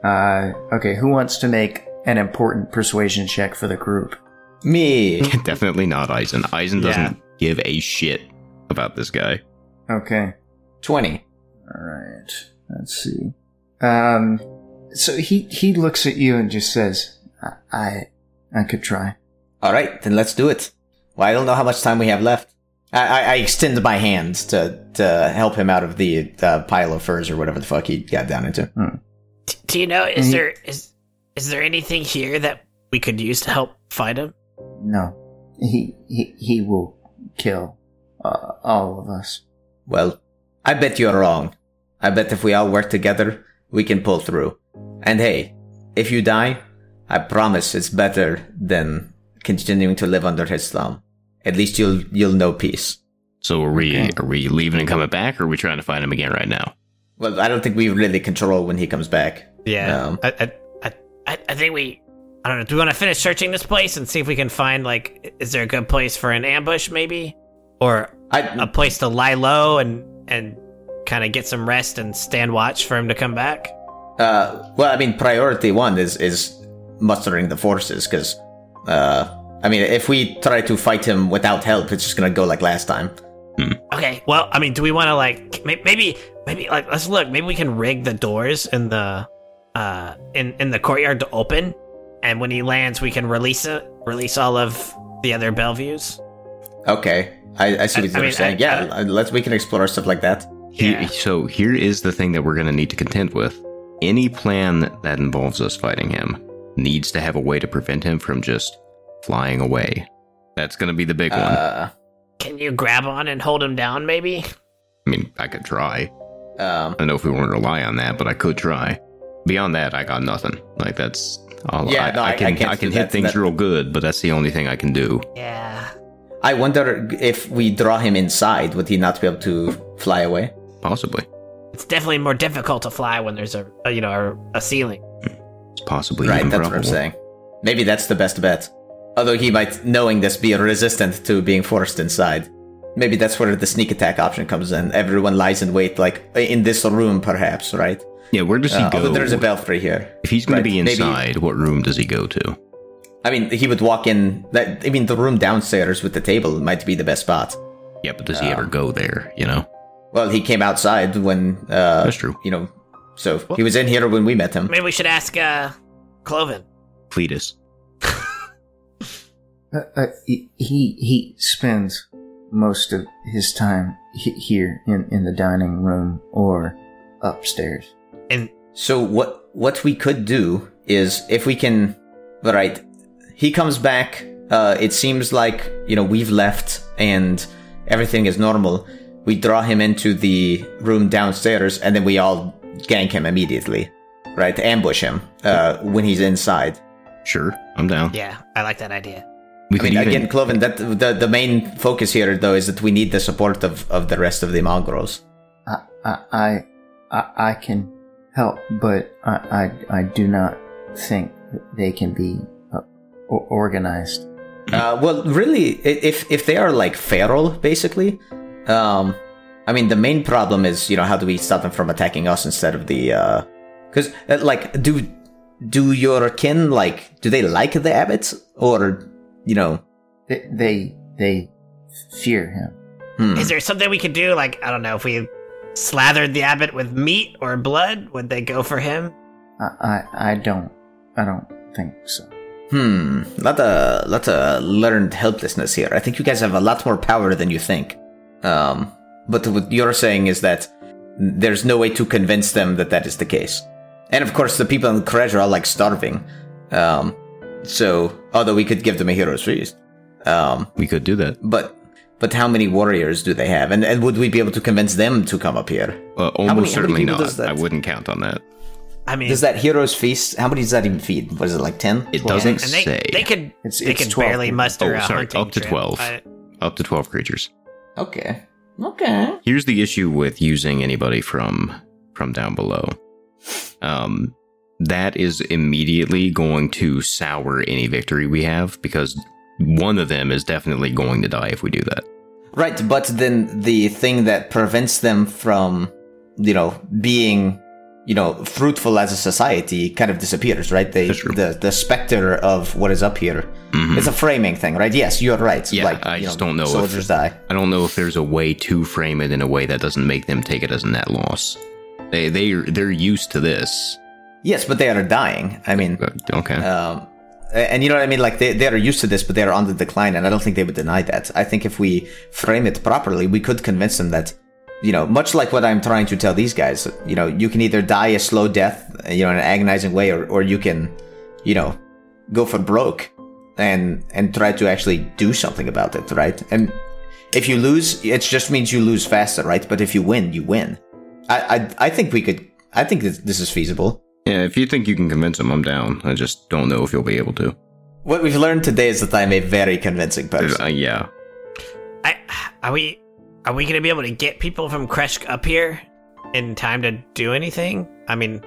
I- uh, okay, who wants to make an important persuasion check for the group?
Me.
Definitely not Eisen. Eisen
Yeah.
doesn't give a shit about this guy.
Okay.
20.
All right. Let's see. Um, so he, he looks at you and just says, I, I, I could try.
All right, then let's do it. Well, I don't know how much time we have left. I, I, I extend my hand to, to help him out of the uh, pile of furs or whatever the fuck he got down into.
D- do you know? Is
Mm-hmm.
Mhm.
there is is there anything here that we could use to help fight him?
No, he, he, he will kill uh, all of us.
Well, I bet you're wrong. I bet if we all work together, we can pull through. And hey, if you die, I promise it's better than continuing to live under his thumb. At least you'll you'll know peace.
So are we
Okay.
are we leaving and coming back, or are we trying to find him again right now?
Well, I don't think we really control when he comes back.
Yeah.
Um,
I, I,
I, I think we. I don't know. Do we want to finish searching this place and see if we can find like, i- is there a good place for an ambush, maybe, or a
I
place to lie low and and kind of get some rest and stand watch for him to come back?
uh, well, I mean, priority one is is mustering the forces because, uh, I mean, if we try to fight him without help, it's just gonna go like last time.
Okay. Well, I mean, do we want to like may- maybe maybe like let's look. Maybe we can rig the doors in the uh in in the courtyard to open, and when he lands, we can release it, release all of the other Bellevues.
Okay, I, I see
I-
what
I
you're
mean,
saying.
I-
yeah, let's we can explore stuff like that.
He-
Yeah.
so here is the thing that we're going to need to contend with. Any plan that involves us fighting him needs to have a way to prevent him from just flying away. That's going to be the big one. I
Uh,
Can you grab on and hold him down, maybe?
mean, I could try.
um,
I don't know if we want to rely on that, but I could try. Beyond that, I got nothing. Like that's all.
Yeah,
I,
no, I-
I
I
can I,
can't
can
do
hit
that-
things
that-
real good, but that's the only thing I can do.
Yeah.
I wonder if we draw him inside, would he not be able to fly away?
Possibly,
It's definitely more difficult to fly when there's a, a you know a, a ceiling.
it's possibly
right,
even
that's what I'm
probable.
saying. Maybe that's the best bet. Although he might, knowing this, be resistant to being forced inside. Maybe that's where the sneak attack option comes in. Everyone lies in wait, like in this room, perhaps, right?
Yeah, where does he
Uh,
go?
although there's a belfry here.
if he's going
right,
to be
maybe-
inside, what room does he go to?
I mean, he would walk in. That I mean, the room downstairs with the table might be the best spot.
Yeah, but does he
Uh.
ever go there? You know,
Well, he came outside when, uh,
that's true.
you know, so he was in here when we met him.
Maybe we should ask uh, Cloven.
Cletus.
Uh, uh, he he- he spends most of his time he- here in, in the dining room or upstairs.
And
So what what we could do is if we can all right he comes back uh it seems like you know we've left and everything is normal we draw him into the room downstairs and then we all gank him immediately right ambush him uh when he's inside
Sure, I'm down.
yeah, I like that idea.
I
We could
mean
even
again Cloven that the, the main focus here though is that we need the support of of the rest of the mongrels
I I I, I, I can help, but I, I I do not think that they can be uh, o- organized.
Uh, well, really, i- if if they are like feral, basically, um, I mean, the main problem is you know how do we stop them from attacking us instead of the because uh, like do do your kin like do they like the abbots or you know
They they, they fear him.
hmm.
Is there something we could do? Like I don't know if we slathered the abbot with meat or blood, would they go for him?
I I, I don't I don't think so.
hmm lot of lot of learned helplessness here. I think you guys have a lot more power than you think. Um, but what you're saying is that there's no way to convince them that that is the case. And of course, the people in Kresh are all like starving. Um, So, although we could give them a hero's feast, um,
We could do that.
but but how many warriors do they have, and and would we be able to convince them to come up here?
Uh, almost
many- how many
certainly
people does
not.
that-
I wouldn't count on that.
I mean,
Does that hero's feast? How many does that even feed? What is it like ten?
It doesn't
and they,
say
they could
It's-
they
it's
could
12
barely
people.
muster
Oh,
a
sorry,
hunting
up to
trip.
12.
I-
up to 12 creatures.
Okay, okay.
Here's the issue with using anybody from from down below. Um that is immediately going to sour any victory we have because one of them is definitely going to die if we do that.
Right, but then the thing that prevents them from, you know, being, you know, fruitful as a society kind of disappears, right? They,
That's true.
the the specter of what is up here.
Mhm.
It's a framing thing, right? Yes, you're right.
Yeah,
like,
I
you
just don't know if-
Soldiers die.
I don't know if there's a way to frame it in a way that doesn't make them take it as a net loss. They they they're used to this.
Yes, but they are dying. I mean,
Uh, Okay.
um, and you know what I mean? Like they, they are used to this, but they are on the decline, and I don't think they would deny that. I think if we frame it properly, we could convince them that, you know, much like what I'm trying to tell these guys, you know, you can either die a slow death, you know, in an agonizing way, or, or you can, you know, go for broke and and try to actually do something about it, right? And if you lose, it just means you lose faster, right? But if you win, you win. I I, I think we could. I think this, this is feasible.
yeah, if you think you can convince them, I'm down. I just don't know if you'll be able to.
What we've learned today is that I'm a very convincing person.
Uh, yeah.
I, are we are we gonna be able to get people from Kresh up here in time to do anything? I mean,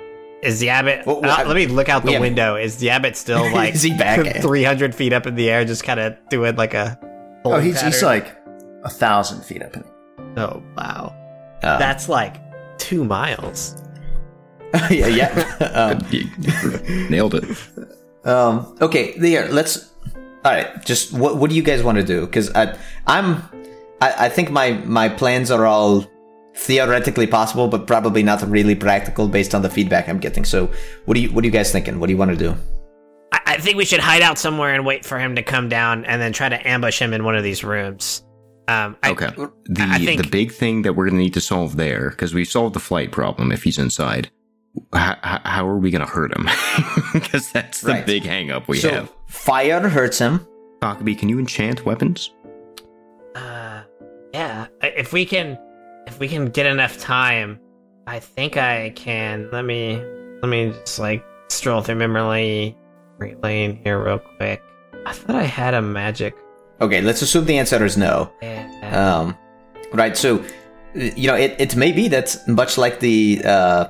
Is the abbot?
Well, well,
uh,
I-
let me look out the
we have-
window. Is the abbot still like
Is he back?
three hundred feet up in the air, just kind of doing like a?
Oh, he's, he's
pattern?
like a thousand feet up in the
oh wow,
Um,
that's like two miles.
yeah, yeah.
You- nailed it.
Um, um, okay, there. Let's. All right. Just what what do you guys want to do? Because I I'm I, I think my my plans are all theoretically possible, but probably not really practical based on the feedback I'm getting. So what do you what are you guys thinking? What do you want to do?
I, I think we should hide out somewhere and wait for him to come down, and then try to ambush him in one of these rooms. Um, I,
Okay. The
I think-
the big thing that we're going to need to solve there because we solved the flight problem if he's inside. How, how are we going to hurt him? Because that's the
Right.
big hang up we
so
have.
fire hurts him.
Huckabee, can you enchant weapons?
Uh, yeah. I- If we can, if we can get enough time, I think I can. Let me, let me just like stroll through memory memory lane here real quick. I thought I had a magic.
Okay, let's assume the answer is no.
Yeah.
Um, right. So, you know, it, it may be that much like the uh,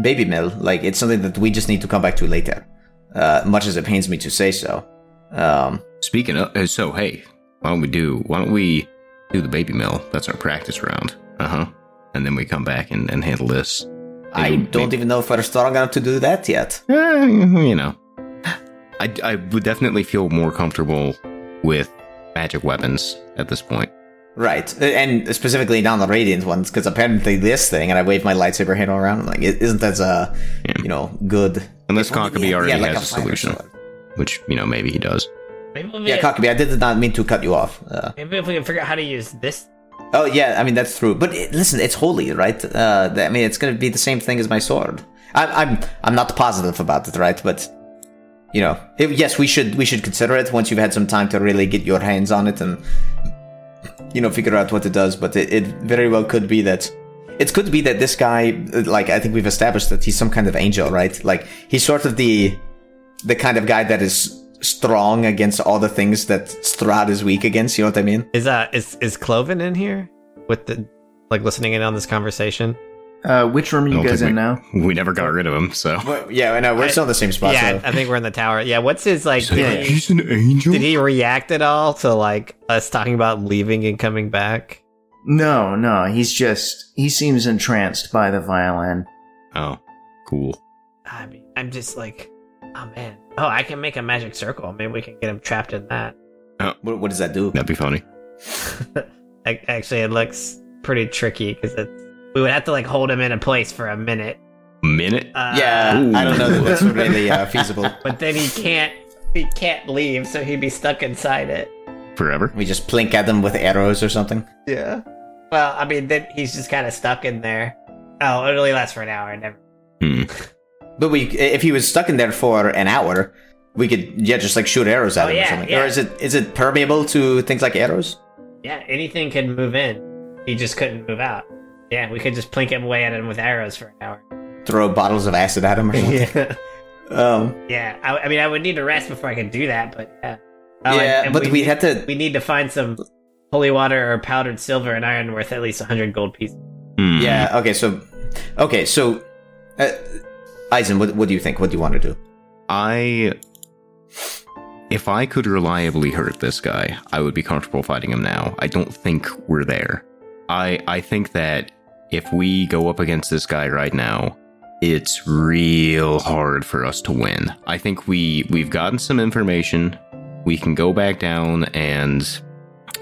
baby mill, like it's something that we just need to come back to later. Uh, much as it pains me to say so. Um,
Speaking of, uh, so hey, why don't we do? Why don't we do the baby mill? That's our practice round. Uh huh. And then we come back and, and handle this.
I
Maybe-
don't even know if we're strong enough to do that yet.
Eh, you know, I, I would definitely feel more comfortable with magic weapons at this point.
Right, uh, and specifically down the radiant ones, because apparently this thing, and I wave my lightsaber handle around. I'm like, "I- isn't that a,
Yeah.
you know, good?
Unless Cockabee already
like
has a
fire
solution.
sword.
which you know maybe he does.
Maybe, if we-
Yeah, Cockabee, I did not mean to cut you off. Uh,
maybe if we can figure out how to use this.
Oh yeah, I mean that's true. But it, listen, it's holy, right? Uh, th- I mean, it's going to be the same thing as my sword. I, I'm I'm not positive about it, right? But you know, it, yes, we should we should consider it once you've had some time to really get your hands on it and you know figure out what it does. But it, it very well could be that it could be that this guy, uh, like I think we've established that he's some kind of angel, right? Like he's sort of the the kind of guy that is strong against all the things that Strahd is weak against. You know what I mean?
Is uh is is Cloven in here with the like listening in on this conversation?
air. Uh, which room are
I
you
don't
guys
think
in
we-
now?
We never got rid of him, so
Well, yeah, I know we're
I-
still in the same spot.
yeah,
so.
I think we're in the tower. Yeah, what's his like?
Yeah.
did, he,
an angel.
did he react at all to like us talking about leaving and coming back?
No, no. He's just he seems entranced by the violin.
Oh, cool.
I mean, I'm just like, oh man. Oh, I can make a magic circle. Maybe we can get him trapped in that.
What, what does that do?
That'd be funny.
Ac- Actually, it looks pretty tricky because we would have to like hold him in a place for a minute.
Minute.
Uh,
Yeah,
Ooh.
I don't know that that's really uh, feasible.
but then he can't he can't leave, so he'd be stuck inside it.
Forever.
We just plink at them with arrows or something.
Yeah.
Well, I mean, then he's just kind of stuck in there. Oh, it only lasts for an hour. Never.
Hmm.
But we, if he was stuck in there for an hour, We could yeah, just like shoot arrows at
Oh,
him
yeah,
or something.
yeah.
Or is it is it permeable to things like arrows?
Yeah, anything could move in. He just couldn't move out. Yeah, we could just plink him away at him with arrows for an hour.
Throw bottles of acid at him or something.
Yeah,
Um,
yeah. I, I mean, I would need to rest before I could do that, but yeah. Oh, and-
yeah,
and
but we,
need,
had to
we need to find some holy water or powdered silver and iron worth at least hundred gold pieces.
Hmm.
Yeah. Okay. So, okay. So, uh, Eisen, what, what do you think? What do you want to do?
I. If I could reliably hurt this guy, I would be comfortable fighting him now. I don't think we're there. I I think that if we go up against this guy right now, it's real hard for us to win. I think we we've gotten some information. We can go back down and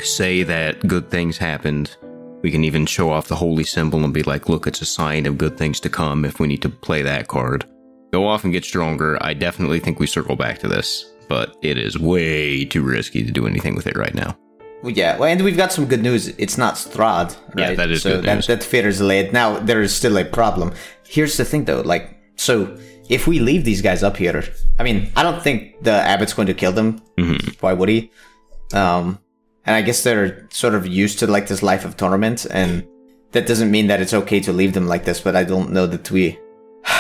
say that good things happened. We can even show off the holy symbol and be like, "Look, it's a sign of good things to come." If we need to play that card go off and get stronger. I definitely think we circle back to this, but it is way too risky to do anything with it right now.
Well, yeah. Well, and we've got some good news. It's not Strad,
Yeah,
right?
that is
so
good
that,
news.
That fear is laid. Now there is still a problem. Here's the thing, though. Like, so if we leave these guys up here, I mean, I don't think the abbot's going to kill them.
Mm-hmm.
Why would he? Um, and I guess they're sort of used to like this life of torment, and that doesn't mean that it's okay to leave them like this. But I don't know that we,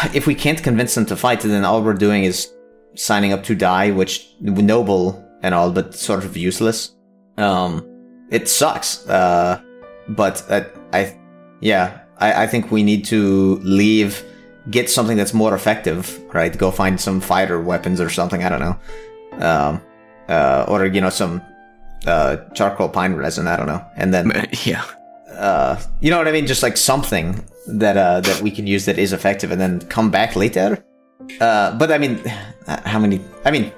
if we can't convince them to fight, then all we're doing is signing up to die, which noble and all, but sort of useless. Um, it sucks. Uh, but I, I yeah, I, I think we need to leave, get something that's more effective, right? Go find some fighter weapons or something. I don't know, um, uh, or you know some uh, charcoal pine resin. I don't know, and then
yeah.
uh, you know what I mean? Just like something that uh, that we can use that is effective, and then come back later. Uh, but I mean, how many? I mean,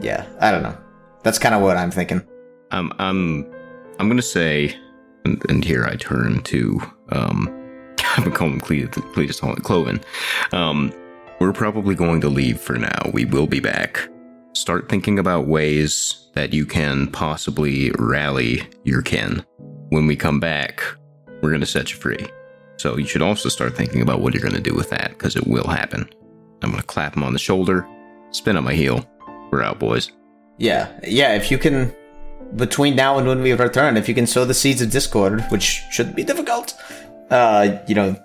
yeah, I don't know. That's kind of what I'm thinking.
Um, I'm, I'm gonna say, and, and here I turn to um, I've been calling him Cle- Cletus Hol- Cloven. Um, we're probably going to leave for now. We will be back. Start thinking about ways that you can possibly rally your kin. When we come back, we're gonna set you free. So you should also start thinking about what you're gonna do with that because it will happen. I'm gonna clap him on the shoulder, spin on my heel. We're out, boys.
Yeah, yeah. If you can, between now and when we return, if you can sow the seeds of discord, which should be difficult, uh, you know,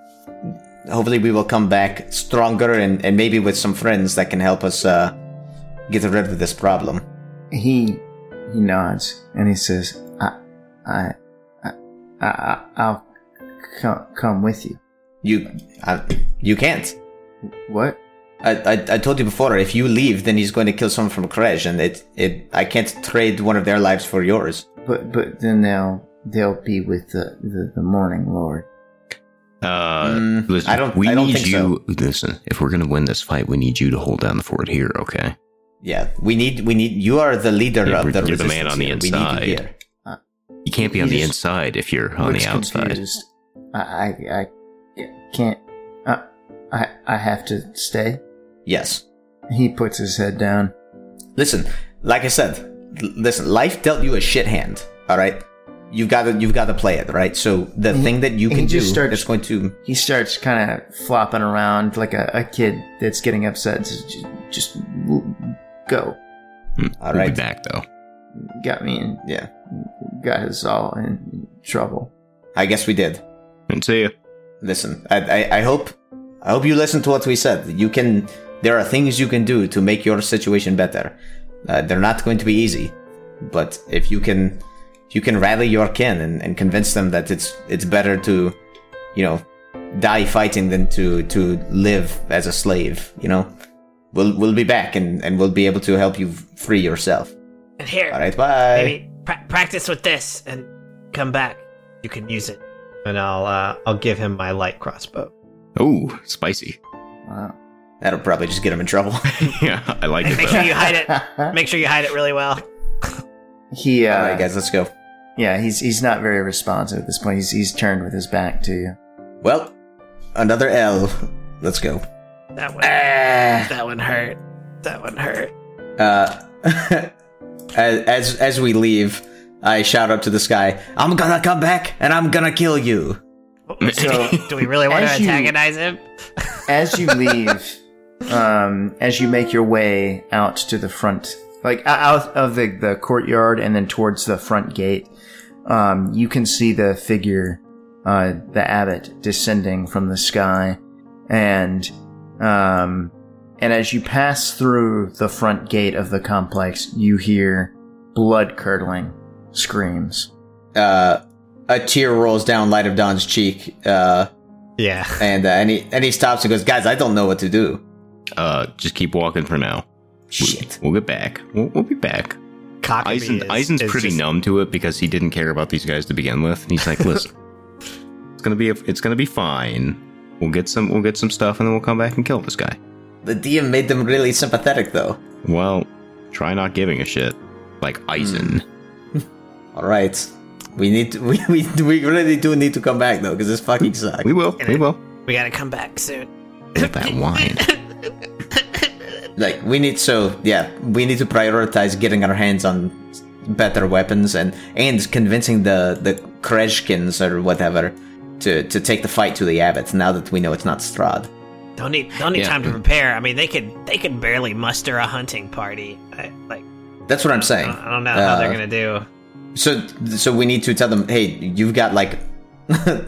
hopefully we will come back stronger and, and maybe with some friends that can help us uh, get rid of this problem.
He he nods and he says, "I I I, I- I I'll come come with you."
You, I, you can't.
What?
I, I, I told you before. If you leave, then he's going to kill someone from Kresh, and it, it I can't trade one of their lives for yours.
But but then they'll they'll be with the the, the morning lord.
Uh,
Mm,
listen,
I don't-
We
I don't
need
think
you. Listen, if we're gonna win this fight, we need you to hold down the fort here. Okay.
Yeah, we need we need. You are the leader
Yeah,
of the
you're the man
resistance
on the
here. We need you
inside.
here.
You can't be on
He
the
just
inside if you're on
Looks
the outside.
confused. I I, I can't. I, I I have to stay.
Yes.
He puts his head down.
Listen, like I said, l- listen, life dealt you a shit hand, all right? You've got to you've got to play it, right? So the
And
thing that you
and
can
he
do
just starts-
that's going to
He starts kind of flopping around like a, a kid that's getting upset. and says, "Just- just w- go.
Mm,
All
We'll
right.
be back though.
Got me in.
yeah,
Got us all in trouble.
I guess we did.
And see ya.
Listen, I, I I hope I hope you listen to what we said. You can there are things you can do to make your situation better. Uh, they're not going to be easy, but if you can if you can rally your kin and, and convince them that it's it's better to you know die fighting than to to live as a slave, you know. We'll we'll be back and, and we'll be able to help you free yourself.
And here,
All right, bye.
maybe pra- practice with this and come back. You can use it.
And I'll uh, I'll give him my light crossbow.
Oh, spicy.
Wow.
That'll probably just get him in trouble.
yeah, I like it
Make sure
though.
you hide it. Make sure you hide it really well.
he uh,
All right, guys, let's go.
yeah, he's he's not very responsive at this point. He's he's turned with his back to you.
Well, another L. Let's go.
That one.
Eh.
That one hurt. That one hurt.
uh, as as we leave, I shout up to the sky. I'm gonna come back and I'm gonna kill you.
So, do we really want to
As you-
antagonize him?
As you leave, um, as you make your way out to the front, like o- out of the, the courtyard and then towards the front gate, um, you can see the figure, uh, the abbot descending from the sky. And, um, and as you pass through the front gate of the complex, you hear blood curdling screams.
Uh, a tear rolls down Light of Dawn's cheek, uh,
Yeah.
and uh, and, he, and he stops and goes, "Guys, I don't know what to do."
Uh, just keep walking for now. We-
Shit.
We'll get back. We'll, we'll be back.
Cockabee
Eisen,
is-
Eisen's
is
pretty
just-
numb to it because he didn't care about these guys to begin with. He's like, listen, it's gonna be it's gonna be fine. We'll get some we'll get some stuff and then we'll come back and kill this guy.
The DM made them really sympathetic, though.
Well, try not giving a shit. Like Eisen.
All right, we need to, we, we we really do need to come back though, because this fucking sucks.
We will. We will.
We gotta come back soon.
Get that wine.
like we need so yeah we need to prioritize getting our hands on better weapons and and convincing the the Kreshkins or whatever to to take the fight to the abbot now that we know it's not Strad.
Don't need don't need
Yeah.
time to prepare. I mean, they could they could barely muster a hunting party. I, like
That's what I'm
I
saying.
don't, I don't know how they're
Uh,
gonna do.
So so we need to tell them, hey, you've got like a,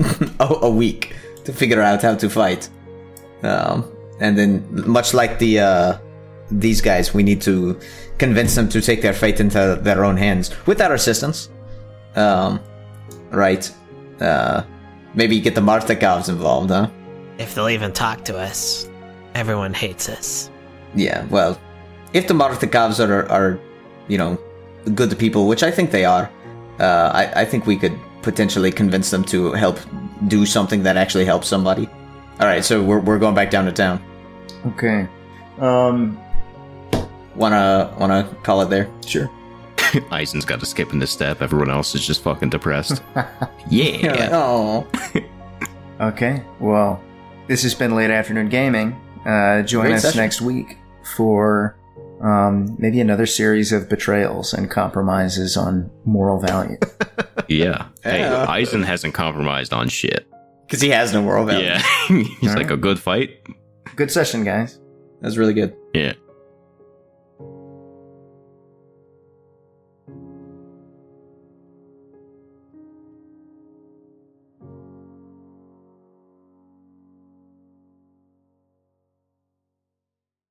a week to figure out how to fight, um, and then much like the uh, these guys, we need to convince them to take their fate into their own hands with our assistance. Um, right? Uh, maybe get the Martakovs involved, huh?
If they'll even talk to us, everyone hates us.
Yeah. Well, if the Martakovs are are you know good people, which I think they are, uh, I I think we could potentially convince them to help do something that actually helps somebody. All right, so we're we're going back down to town.
Okay. Um,
Wanna wanna call it there? Sure.
Eisen's got to skip in the step. Everyone else is just fucking depressed. yeah.
Oh,
Okay. Well, this has been late afternoon gaming. Uh, join
Great
us
session.
next week for um, maybe another series of betrayals and compromises on moral value.
Yeah. Hey,
Yeah.
Eisen hasn't compromised on shit.
because he has no world value.
Yeah. He's like a good fight.
Good session, guys.
That's really good.
Yeah.